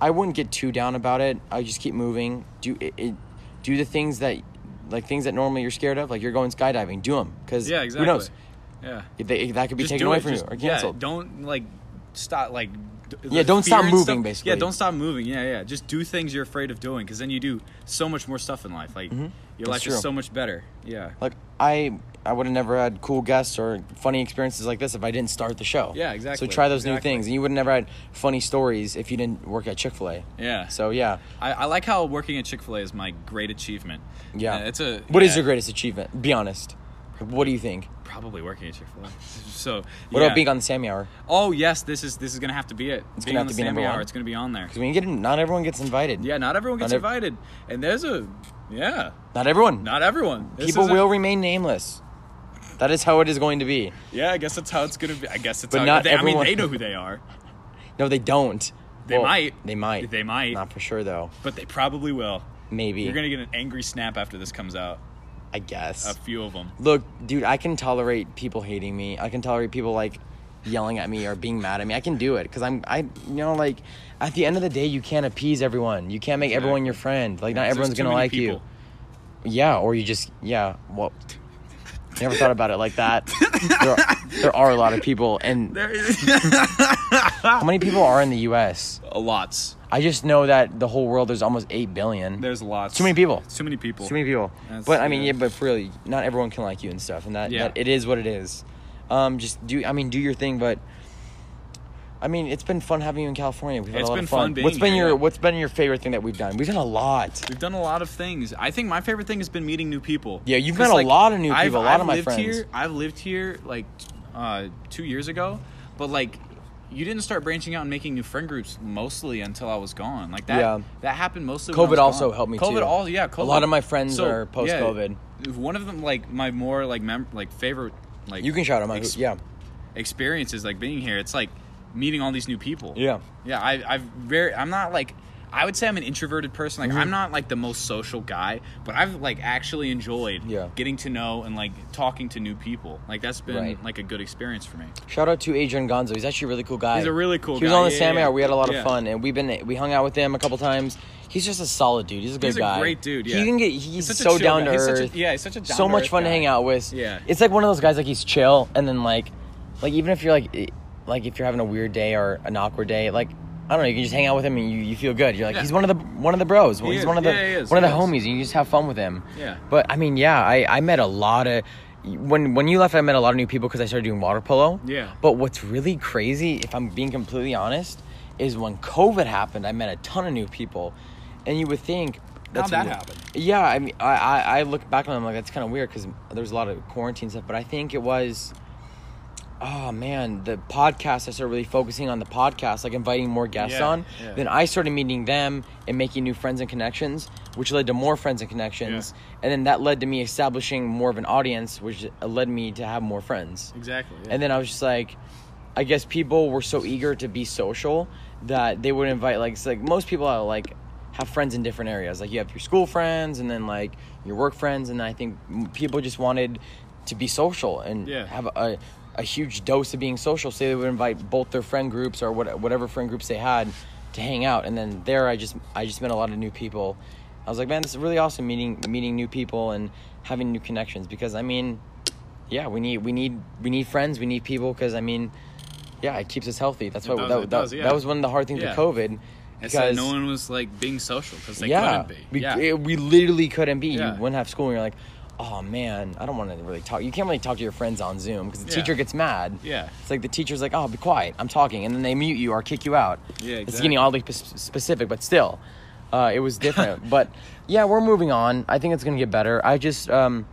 [SPEAKER 1] I wouldn't get too down about it. I just keep moving. Do it, it do the things that like things that normally you're scared of, like you're going skydiving. Do them because
[SPEAKER 2] Yeah, exactly.
[SPEAKER 1] who knows.
[SPEAKER 2] Yeah.
[SPEAKER 1] If they, that could be
[SPEAKER 2] Just
[SPEAKER 1] taken
[SPEAKER 2] do
[SPEAKER 1] away
[SPEAKER 2] it.
[SPEAKER 1] from
[SPEAKER 2] Just-
[SPEAKER 1] you or canceled.
[SPEAKER 2] Yeah, don't like stop like. d-
[SPEAKER 1] Yeah,
[SPEAKER 2] the
[SPEAKER 1] don't
[SPEAKER 2] fear
[SPEAKER 1] stop
[SPEAKER 2] and
[SPEAKER 1] moving,
[SPEAKER 2] stuff-
[SPEAKER 1] basically.
[SPEAKER 2] Yeah, don't stop moving. Yeah, yeah. Just do things you're afraid of doing, because then you do so much more stuff in life. Like your
[SPEAKER 1] Mm-hmm. That's
[SPEAKER 2] life
[SPEAKER 1] true.
[SPEAKER 2] is so much better. Yeah.
[SPEAKER 1] Like I I would have never had cool guests or funny experiences like this if I didn't start the show.
[SPEAKER 2] Yeah, exactly,
[SPEAKER 1] So try those
[SPEAKER 2] exactly.
[SPEAKER 1] new things, and you would have never had funny stories if you didn't work at Chick Fil A.
[SPEAKER 2] Yeah.
[SPEAKER 1] So yeah,
[SPEAKER 2] I, I like how working at Chick Fil A is my great achievement.
[SPEAKER 1] yeah.
[SPEAKER 2] Uh, it's a.
[SPEAKER 1] What is
[SPEAKER 2] yeah,
[SPEAKER 1] your greatest achievement? Be honest. What do you think?
[SPEAKER 2] Probably working at Chick Fil A. So.
[SPEAKER 1] What
[SPEAKER 2] yeah.
[SPEAKER 1] about being on the Sammy Hour?
[SPEAKER 2] Oh yes, this is this is gonna have to be it. It's
[SPEAKER 1] gonna
[SPEAKER 2] on
[SPEAKER 1] have
[SPEAKER 2] the
[SPEAKER 1] to be number
[SPEAKER 2] Sammy Hour,
[SPEAKER 1] one?
[SPEAKER 2] It's gonna be on there.
[SPEAKER 1] Because when you get in, not everyone gets invited.
[SPEAKER 2] Yeah, not everyone gets
[SPEAKER 1] ev-
[SPEAKER 2] invited, and there's a yeah,
[SPEAKER 1] Not everyone.
[SPEAKER 2] not everyone. This
[SPEAKER 1] People
[SPEAKER 2] is a-
[SPEAKER 1] will remain nameless. That is how it is going to be.
[SPEAKER 2] Yeah, I guess that's how it's gonna be. I guess it's
[SPEAKER 1] But
[SPEAKER 2] how
[SPEAKER 1] not
[SPEAKER 2] they, I
[SPEAKER 1] everyone-
[SPEAKER 2] mean, they know who they are,
[SPEAKER 1] No, they don't.
[SPEAKER 2] They might.
[SPEAKER 1] They might.
[SPEAKER 2] They might.
[SPEAKER 1] Not for sure though.
[SPEAKER 2] but they probably will.
[SPEAKER 1] Maybe.
[SPEAKER 2] You're gonna get an angry snap after this comes out.
[SPEAKER 1] I guess.
[SPEAKER 2] A few of them.
[SPEAKER 1] Look, dude, I can tolerate people hating me. I can tolerate people like yelling at me or being mad at me. I can do it because I'm, I, you know, like at the end of the day, you can't appease everyone. You can't make everyone your friend. Like, not everyone's gonna like you. Yeah, or you just yeah. Well, never thought about it like that. there, are, there are a lot of people, and
[SPEAKER 2] There is
[SPEAKER 1] how many people are in the U.S.?
[SPEAKER 2] lots.
[SPEAKER 1] I just know that the whole world there's almost eight billion.
[SPEAKER 2] There's lots.
[SPEAKER 1] Too many people.
[SPEAKER 2] Too many people.
[SPEAKER 1] Too many people.
[SPEAKER 2] That's-
[SPEAKER 1] but I mean,
[SPEAKER 2] yeah.
[SPEAKER 1] yeah. but really, not everyone can like you and stuff, and that,
[SPEAKER 2] Yeah.
[SPEAKER 1] that it is what it is. Um, just do. I mean, do your thing, but. I mean, it's been fun having you in California. We've had
[SPEAKER 2] It's
[SPEAKER 1] a lot
[SPEAKER 2] been
[SPEAKER 1] of fun.
[SPEAKER 2] fun being
[SPEAKER 1] what's been
[SPEAKER 2] here,
[SPEAKER 1] your
[SPEAKER 2] yeah.
[SPEAKER 1] What's been your favorite thing that we've done? We've done a lot.
[SPEAKER 2] We've done a lot of things. I think my favorite thing has been meeting new people.
[SPEAKER 1] Yeah, you've
[SPEAKER 2] 'Cause,
[SPEAKER 1] met a lot of new
[SPEAKER 2] I've-
[SPEAKER 1] people, a lot
[SPEAKER 2] I've
[SPEAKER 1] of my
[SPEAKER 2] lived
[SPEAKER 1] friends.
[SPEAKER 2] Here, I've lived here like uh, two years ago, but like you didn't start branching out and making new friend groups mostly until I was gone. Like that.
[SPEAKER 1] Yeah.
[SPEAKER 2] That happened mostly. when I
[SPEAKER 1] COVID
[SPEAKER 2] was
[SPEAKER 1] also
[SPEAKER 2] gone.
[SPEAKER 1] helped me,
[SPEAKER 2] COVID
[SPEAKER 1] too.
[SPEAKER 2] all yeah.
[SPEAKER 1] A
[SPEAKER 2] COVID.
[SPEAKER 1] lot of my friends
[SPEAKER 2] So,
[SPEAKER 1] are post-COVID.
[SPEAKER 2] yeah, one of them, like my more like mem- like favorite like
[SPEAKER 1] You can shout them out.
[SPEAKER 2] ex-
[SPEAKER 1] yeah,
[SPEAKER 2] experiences like being here. It's like meeting all these new people.
[SPEAKER 1] Yeah.
[SPEAKER 2] Yeah. I, I've very. I'm not like. I would say I'm an introverted person. Like
[SPEAKER 1] Mm-hmm.
[SPEAKER 2] I'm not like the most social guy, but I've like actually enjoyed
[SPEAKER 1] Yeah.
[SPEAKER 2] getting to know and like talking to new people. Like that's been
[SPEAKER 1] Right.
[SPEAKER 2] like a good experience for me.
[SPEAKER 1] Shout out to Adrian Gonzo. He's actually a really cool guy.
[SPEAKER 2] He's a really cool
[SPEAKER 1] He was
[SPEAKER 2] guy.
[SPEAKER 1] on the
[SPEAKER 2] Yeah,
[SPEAKER 1] Sam
[SPEAKER 2] yeah,
[SPEAKER 1] Hour. We had a lot
[SPEAKER 2] yeah.
[SPEAKER 1] of fun, and we've been we hung out with him a couple times. He's just a solid dude. He's a good
[SPEAKER 2] He's a
[SPEAKER 1] guy.
[SPEAKER 2] great dude, yeah.
[SPEAKER 1] He can get. He's,
[SPEAKER 2] such a
[SPEAKER 1] so
[SPEAKER 2] chill
[SPEAKER 1] down to
[SPEAKER 2] guy. He's such
[SPEAKER 1] earth.
[SPEAKER 2] a- yeah, he's such a
[SPEAKER 1] so
[SPEAKER 2] down-to-earth
[SPEAKER 1] much fun
[SPEAKER 2] guy.
[SPEAKER 1] to hang out with.
[SPEAKER 2] Yeah.
[SPEAKER 1] It's like one of those guys. Like he's chill, and then like, like even if you're like, eh, like if you're having a weird day or an awkward day, like. I don't know. You can just hang out with him and you, you feel good. You're like
[SPEAKER 2] Yeah.
[SPEAKER 1] he's one of the one of the bros. Well,
[SPEAKER 2] He
[SPEAKER 1] he's
[SPEAKER 2] is.
[SPEAKER 1] one of the
[SPEAKER 2] Yeah, he is.
[SPEAKER 1] one of the
[SPEAKER 2] He is.
[SPEAKER 1] homies. And you just have fun with him.
[SPEAKER 2] Yeah.
[SPEAKER 1] But I mean, yeah, I I met a lot of when when you left. I met a lot of new people because I started doing water polo.
[SPEAKER 2] Yeah.
[SPEAKER 1] But what's really crazy, if I'm being completely honest, is when COVID happened, I met a ton of new people. And you would think,
[SPEAKER 2] How'd that
[SPEAKER 1] weird.
[SPEAKER 2] happen?
[SPEAKER 1] Yeah, I mean, I, I, I look back on it, I'm like, that's kind of weird because there's a lot of quarantine stuff, but I think it was, oh man, the podcast, I started really focusing on the podcast, like inviting more guests
[SPEAKER 2] Yeah,
[SPEAKER 1] on.
[SPEAKER 2] yeah.
[SPEAKER 1] Then I started meeting them and making new friends and connections, which led to more friends and connections. And then that led to me establishing more of an audience, which led me to have more friends.
[SPEAKER 2] Exactly.
[SPEAKER 1] And then I was just like, I guess people were so eager to be social that they would invite like it's like most people are like have friends in different areas. Like you have your school friends and then like your work friends, and I think m- people just wanted to be social and
[SPEAKER 2] Yeah.
[SPEAKER 1] have a a huge dose of being social. So they would invite both their friend groups or what, whatever friend groups they had to hang out. And then there, I just I just met a lot of new people. I was like, man, this is really awesome meeting meeting new people and having new connections because I mean yeah, we need we need we need friends. We need people because I mean, yeah, it kees us healthy. That's
[SPEAKER 2] It
[SPEAKER 1] why
[SPEAKER 2] does,
[SPEAKER 1] that,
[SPEAKER 2] it
[SPEAKER 1] that,
[SPEAKER 2] does, yeah.
[SPEAKER 1] that was one of the hard things
[SPEAKER 2] Yeah.
[SPEAKER 1] with COVID.
[SPEAKER 2] It's that no one was like being social because they
[SPEAKER 1] yeah,
[SPEAKER 2] couldn't be.
[SPEAKER 1] we,
[SPEAKER 2] yeah.
[SPEAKER 1] it- we literally couldn't be.
[SPEAKER 2] Yeah.
[SPEAKER 1] You wouldn't have school, and you're like, oh man, I don't want to really talk. You can't really talk to your friends on Zoom because the
[SPEAKER 2] Yeah.
[SPEAKER 1] teacher gets mad.
[SPEAKER 2] Yeah.
[SPEAKER 1] it's like the teacher's like, oh, be quiet, I'm talking, and then they mute you or kick you out.
[SPEAKER 2] Yeah,
[SPEAKER 1] It's
[SPEAKER 2] exactly.
[SPEAKER 1] getting oddly p- specific, but still, uh, it was different. but yeah, we're moving on. I think it's gonna get better. I just, um,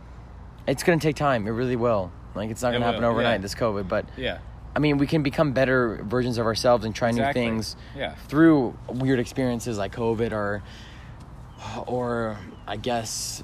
[SPEAKER 1] it's gonna take time. It really will. Like it's not gonna
[SPEAKER 2] will,
[SPEAKER 1] happen overnight.
[SPEAKER 2] yeah.
[SPEAKER 1] This COVID, but
[SPEAKER 2] yeah.
[SPEAKER 1] I mean, we can become better versions of ourselves and try
[SPEAKER 2] Exactly.
[SPEAKER 1] new things
[SPEAKER 2] Yeah.
[SPEAKER 1] through weird experiences like COVID or, or I guess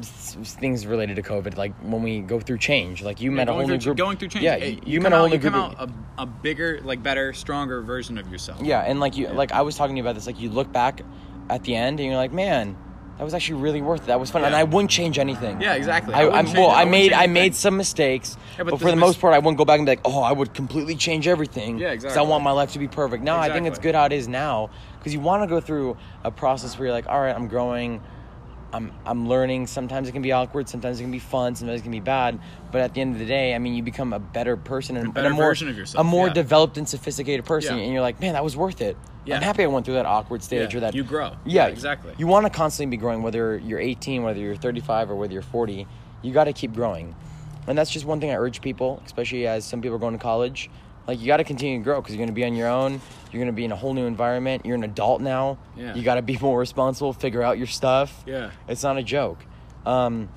[SPEAKER 1] s- things related to COVID, like when we go through change. Like you met a
[SPEAKER 2] going
[SPEAKER 1] whole
[SPEAKER 2] through,
[SPEAKER 1] new group.
[SPEAKER 2] Going through change.
[SPEAKER 1] Yeah,
[SPEAKER 2] Hey,
[SPEAKER 1] you,
[SPEAKER 2] you,
[SPEAKER 1] met
[SPEAKER 2] come
[SPEAKER 1] a
[SPEAKER 2] out,
[SPEAKER 1] whole new
[SPEAKER 2] you
[SPEAKER 1] group.
[SPEAKER 2] come out a, a bigger, like better, stronger version of yourself.
[SPEAKER 1] yeah, and like you, like I was talking to you about this. Like you look back at the end and you're like, man, that was actually really worth it. That was fun, and
[SPEAKER 2] Yeah.
[SPEAKER 1] I wouldn't change anything.
[SPEAKER 2] Yeah, exactly.
[SPEAKER 1] I,
[SPEAKER 2] wouldn't
[SPEAKER 1] I,
[SPEAKER 2] change
[SPEAKER 1] well,
[SPEAKER 2] it.
[SPEAKER 1] I
[SPEAKER 2] wouldn't
[SPEAKER 1] made
[SPEAKER 2] change
[SPEAKER 1] I
[SPEAKER 2] a
[SPEAKER 1] made
[SPEAKER 2] thing.
[SPEAKER 1] some mistakes,
[SPEAKER 2] Yeah, but
[SPEAKER 1] but,
[SPEAKER 2] this
[SPEAKER 1] for the
[SPEAKER 2] mis-
[SPEAKER 1] most part, I wouldn't go back and be like, "Oh, I would completely change everything."
[SPEAKER 2] Yeah,
[SPEAKER 1] 'cause
[SPEAKER 2] exactly.
[SPEAKER 1] I want my life to be perfect. No, I think it's
[SPEAKER 2] Exactly.
[SPEAKER 1] good how it is now, because you want to go through a process where you're like, "All right, I'm growing, I'm I'm learning." Sometimes it can be awkward, sometimes it can be fun, sometimes it can be bad. But at the end of the day, I mean, you become a better person and and a,
[SPEAKER 2] better
[SPEAKER 1] more
[SPEAKER 2] version of yourself,
[SPEAKER 1] a more
[SPEAKER 2] yeah.
[SPEAKER 1] developed and sophisticated person,
[SPEAKER 2] Yeah.
[SPEAKER 1] and you're like, "Man, that was worth it."
[SPEAKER 2] Yeah.
[SPEAKER 1] I'm happy I went through that awkward stage
[SPEAKER 2] Yeah,
[SPEAKER 1] or that
[SPEAKER 2] you grow.
[SPEAKER 1] yeah,
[SPEAKER 2] exactly.
[SPEAKER 1] You want to constantly be growing, whether you're 18, whether you're 35, or whether you're 40. You got to keep growing, and that's just one thing I urge people, especially as some people are going to college. Like you got to continue to grow because you're going to be on your own. You're going to be in a whole new environment. You're an adult now.
[SPEAKER 2] Yeah.
[SPEAKER 1] You got to be more responsible. Figure out your stuff.
[SPEAKER 2] Yeah.
[SPEAKER 1] It's not a joke. Um,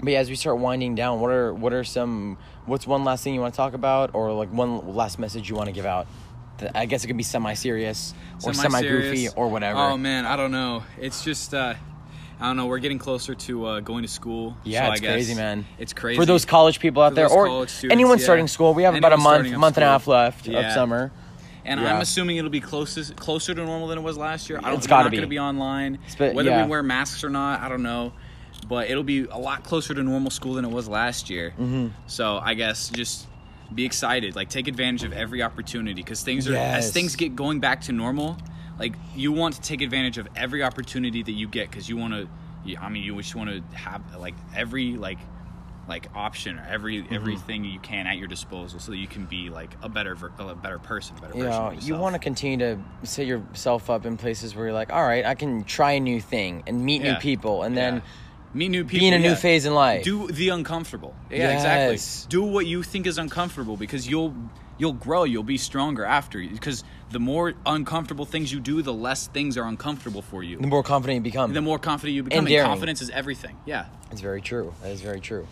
[SPEAKER 1] but yeah, as we start winding down, what are what are some what's one last thing you want to talk about, or like one last message you want to give out? That- I guess it could be semi-serious or
[SPEAKER 2] Semi-serious.
[SPEAKER 1] semi-goofy or whatever.
[SPEAKER 2] Oh man, I don't know. It's just uh, I don't know. We're getting closer to uh, going to school.
[SPEAKER 1] Yeah,
[SPEAKER 2] so
[SPEAKER 1] it's
[SPEAKER 2] I guess
[SPEAKER 1] crazy, man.
[SPEAKER 2] It's crazy
[SPEAKER 1] For those college people out
[SPEAKER 2] For
[SPEAKER 1] there,
[SPEAKER 2] those
[SPEAKER 1] or
[SPEAKER 2] college students,
[SPEAKER 1] anyone
[SPEAKER 2] yeah.
[SPEAKER 1] starting school, we have about a
[SPEAKER 2] Anyone
[SPEAKER 1] month,
[SPEAKER 2] starting up
[SPEAKER 1] month and a
[SPEAKER 2] school.
[SPEAKER 1] half left of
[SPEAKER 2] Yeah.
[SPEAKER 1] summer.
[SPEAKER 2] And
[SPEAKER 1] Yeah.
[SPEAKER 2] I'm assuming it'll be closest, closer to normal than it was last year. I don't,
[SPEAKER 1] It's
[SPEAKER 2] we're
[SPEAKER 1] gotta
[SPEAKER 2] not
[SPEAKER 1] be.
[SPEAKER 2] going to be online.
[SPEAKER 1] been-
[SPEAKER 2] Whether
[SPEAKER 1] yeah.
[SPEAKER 2] we wear masks or not, I don't know. But it'll be a lot closer to normal school than it was last year. Mm-hmm. So I guess just be excited. Like take advantage of every opportunity because things are
[SPEAKER 1] Yes.
[SPEAKER 2] as things get going back to normal. Like you want to take advantage of every opportunity that you get because you want to. I mean, you just want to have like every like like option or every
[SPEAKER 1] Mm-hmm.
[SPEAKER 2] everything you can at your disposal so that you can be like a better ver- a better person, a better
[SPEAKER 1] You
[SPEAKER 2] version
[SPEAKER 1] know,
[SPEAKER 2] of
[SPEAKER 1] you
[SPEAKER 2] yourself.
[SPEAKER 1] want to continue to set yourself up in places where you're like, all right, I can try a new thing and meet
[SPEAKER 2] Yeah.
[SPEAKER 1] new people, and then
[SPEAKER 2] Yeah. meet new people
[SPEAKER 1] be in a new
[SPEAKER 2] yeah.
[SPEAKER 1] phase in life.
[SPEAKER 2] do the uncomfortable yeah
[SPEAKER 1] Yes.
[SPEAKER 2] exactly do what you think is uncomfortable because you'll you'll grow you'll be stronger after because the more uncomfortable things you do the less things are uncomfortable for you
[SPEAKER 1] the more confident you become.
[SPEAKER 2] the more confident you become
[SPEAKER 1] And daring.
[SPEAKER 2] confidence is everything yeah
[SPEAKER 1] It's very true. That is very true.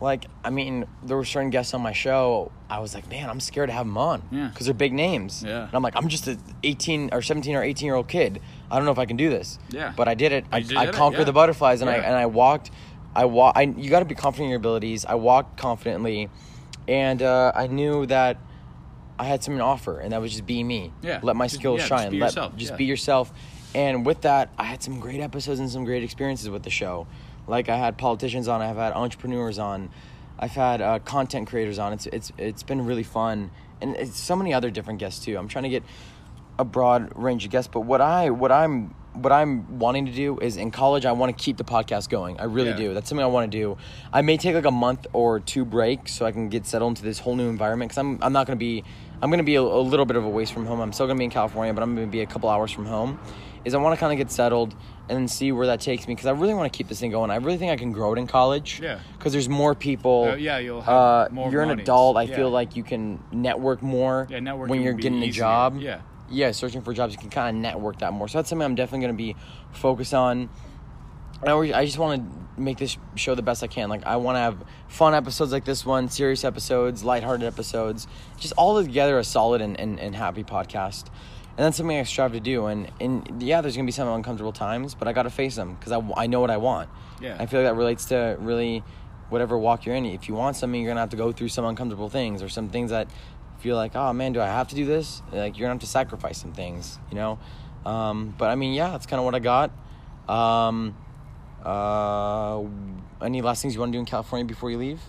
[SPEAKER 1] Like, I mean, there were certain guests on my show. I was like, man, I'm scared to have them on.
[SPEAKER 2] Yeah.
[SPEAKER 1] Because they're big names.
[SPEAKER 2] Yeah.
[SPEAKER 1] And I'm like, I'm just a 18 or 17 or 18 year old kid. I don't know if I can do this.
[SPEAKER 2] Yeah.
[SPEAKER 1] But I did it. I,
[SPEAKER 2] did
[SPEAKER 1] I
[SPEAKER 2] it,
[SPEAKER 1] conquered
[SPEAKER 2] yeah.
[SPEAKER 1] the butterflies and I
[SPEAKER 2] Yeah.
[SPEAKER 1] and I walked. I walk. I you got to be confident in your abilities. I walked confidently, and uh, I knew that I had something to offer, and that was just be me.
[SPEAKER 2] Yeah.
[SPEAKER 1] Let my
[SPEAKER 2] Just-
[SPEAKER 1] skills
[SPEAKER 2] yeah, just
[SPEAKER 1] shine.
[SPEAKER 2] be
[SPEAKER 1] Let-
[SPEAKER 2] yourself,
[SPEAKER 1] Just
[SPEAKER 2] yeah.
[SPEAKER 1] be yourself. And with that, I had some great episodes and some great experiences with the show. Like I had politicians on, I've had entrepreneurs on, I've had uh, content creators on. It's it's it's been really fun, and it's so many other different guests too. I'm trying to get a broad range of guests, but what I what I'm what I'm wanting to do is in college I want to keep the podcast going. I really
[SPEAKER 2] Yeah.
[SPEAKER 1] do. That's something I want to do. I may take like a month or two break so I can get settled into this whole new environment because I'm I'm not gonna be I'm gonna be a, a little bit of a waste from home. I'm still gonna be in California, but I'm gonna be a couple hours from home. Is I want to kind of get settled and then see where that takes me because I really want to keep this thing going. I really think I can grow it in college.
[SPEAKER 2] Yeah.
[SPEAKER 1] Because there's more people.
[SPEAKER 2] Uh, yeah, you'll have
[SPEAKER 1] uh,
[SPEAKER 2] more of
[SPEAKER 1] You're
[SPEAKER 2] an
[SPEAKER 1] an
[SPEAKER 2] audience.
[SPEAKER 1] adult. I
[SPEAKER 2] Yeah.
[SPEAKER 1] feel like you can network more
[SPEAKER 2] Yeah, networking
[SPEAKER 1] when you're
[SPEAKER 2] will be
[SPEAKER 1] getting a
[SPEAKER 2] easier.
[SPEAKER 1] job
[SPEAKER 2] Yeah.
[SPEAKER 1] yeah, searching for jobs, you can kind of network that more. So that's something I'm definitely going to be focused on. And I, always- I just want to make this show the best I can. Like I want to have fun episodes like this one, serious episodes, lighthearted episodes, just all together a solid and, and, and happy podcast. And that's something I strive to do. And and yeah, there's gonna be some uncomfortable times, but I gotta face them because I, w- I know what I want.
[SPEAKER 2] Yeah.
[SPEAKER 1] I feel like that relates to really whatever walk you're in. If you want something, you're gonna have to go through some uncomfortable things or some things that feel like, oh man, do I have to do this? Like you're gonna have to sacrifice some things, you know. Um, but I mean, yeah, that's kind of what I got. Um, uh, any last things you want to do in California before you leave?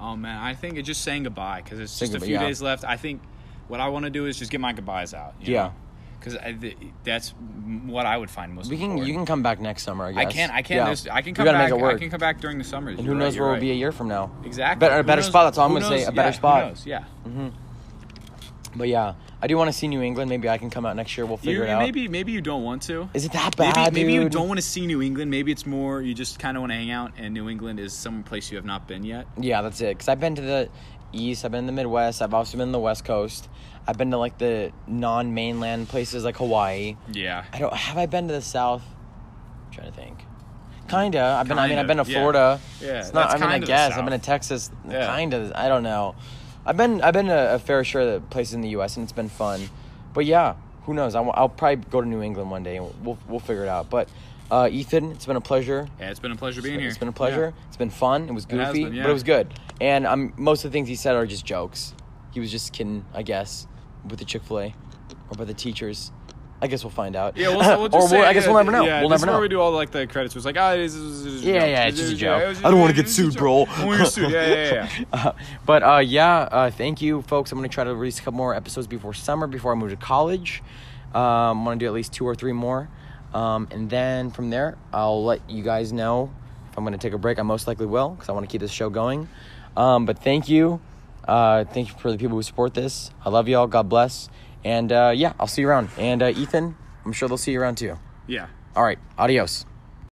[SPEAKER 2] Oh man, I think it's just saying goodbye because it's
[SPEAKER 1] Say
[SPEAKER 2] just a
[SPEAKER 1] goodbye,
[SPEAKER 2] few
[SPEAKER 1] yeah.
[SPEAKER 2] days left. I think what I want to do is just get my goodbyes out.
[SPEAKER 1] Yeah.
[SPEAKER 2] because th- that's m- what I would find most.
[SPEAKER 1] We can. You
[SPEAKER 2] important.
[SPEAKER 1] can come back next summer. I
[SPEAKER 2] I
[SPEAKER 1] guess.
[SPEAKER 2] can. I can.
[SPEAKER 1] Yeah.
[SPEAKER 2] There's, I can
[SPEAKER 1] We
[SPEAKER 2] come
[SPEAKER 1] gotta
[SPEAKER 2] back.
[SPEAKER 1] Make it work.
[SPEAKER 2] I can come back during the summer.
[SPEAKER 1] and who knows where we'll be a year from now?
[SPEAKER 2] Exactly.
[SPEAKER 1] Better, a
[SPEAKER 2] Who
[SPEAKER 1] better
[SPEAKER 2] knows-
[SPEAKER 1] spot. That's all I'm
[SPEAKER 2] who
[SPEAKER 1] gonna say.
[SPEAKER 2] knows-
[SPEAKER 1] A better
[SPEAKER 2] yeah, who
[SPEAKER 1] spot.
[SPEAKER 2] knows, Yeah.
[SPEAKER 1] But yeah, I do want to see New England. Maybe I can come out next year. We'll figure
[SPEAKER 2] You,
[SPEAKER 1] it out.
[SPEAKER 2] maybe maybe you don't want to.
[SPEAKER 1] Is it that
[SPEAKER 2] Maybe,
[SPEAKER 1] bad,
[SPEAKER 2] maybe you
[SPEAKER 1] dude?
[SPEAKER 2] don't want to see New England. Maybe it's more you just kind of want to hang out, and New England is some place you have not been yet.
[SPEAKER 1] Yeah, that's it. Because I've been to the east, I've been in the Midwest, I've also been in the West Coast. I've been to like the non-mainland places like Hawaii.
[SPEAKER 2] Yeah.
[SPEAKER 1] I don't have I been to the South. I'm trying to think. Kinda. I've been. I mean, I've been to
[SPEAKER 2] Kinda, yeah.
[SPEAKER 1] Florida.
[SPEAKER 2] Yeah,
[SPEAKER 1] It's not.
[SPEAKER 2] that's
[SPEAKER 1] I mean, I
[SPEAKER 2] kinda the
[SPEAKER 1] guess I've
[SPEAKER 2] South.
[SPEAKER 1] been to Texas.
[SPEAKER 2] Yeah.
[SPEAKER 1] Kinda. I don't know. I've been. I've been to a fair share of the places in the U.S. and it's been fun. But yeah, who knows? i w- I'll probably go to New England one day and we'll we'll figure it out. But uh, Ethan, it's been a pleasure.
[SPEAKER 2] Yeah, it's been a pleasure being here.
[SPEAKER 1] It's been a pleasure. It's been fun. It was
[SPEAKER 2] has
[SPEAKER 1] goofy,
[SPEAKER 2] been, yeah.
[SPEAKER 1] but it was good. And um, most of the things he said are just jokes. He was just kidding, I guess, with the Chick Fil A, or by the teachers. I guess we'll find out.
[SPEAKER 2] Yeah, we'll, we'll just
[SPEAKER 1] or
[SPEAKER 2] say, uh,
[SPEAKER 1] I guess we'll never know.
[SPEAKER 2] Yeah,
[SPEAKER 1] we'll
[SPEAKER 2] this
[SPEAKER 1] never
[SPEAKER 2] is
[SPEAKER 1] know.
[SPEAKER 2] Where we do all like the credits was like, ah, this is, this is
[SPEAKER 1] Yeah,
[SPEAKER 2] joke.
[SPEAKER 1] yeah, it's
[SPEAKER 2] This
[SPEAKER 1] just a
[SPEAKER 2] is-
[SPEAKER 1] joke.
[SPEAKER 2] yeah, it was-
[SPEAKER 1] I don't wanna
[SPEAKER 2] yeah,
[SPEAKER 1] get
[SPEAKER 2] this is a
[SPEAKER 1] sued,
[SPEAKER 2] joke.
[SPEAKER 1] bro.
[SPEAKER 2] I don't wanna get sued. Yeah, yeah, yeah.
[SPEAKER 1] Uh, but uh, yeah, uh, thank you, folks. I'm gonna try to release a couple more episodes before summer, before I move to college. Um, I'm gonna do at least two or three more, um, and then from there, I'll let you guys know if I'm gonna take a break. I most likely will because I want to keep this show going. Um, but thank you, uh, thank you for the people who support this. I love y'all. God bless, and uh, yeah, I'll see you around. And uh, Ethan, I'm sure they'll see you around too.
[SPEAKER 2] Yeah.
[SPEAKER 1] All right, adios.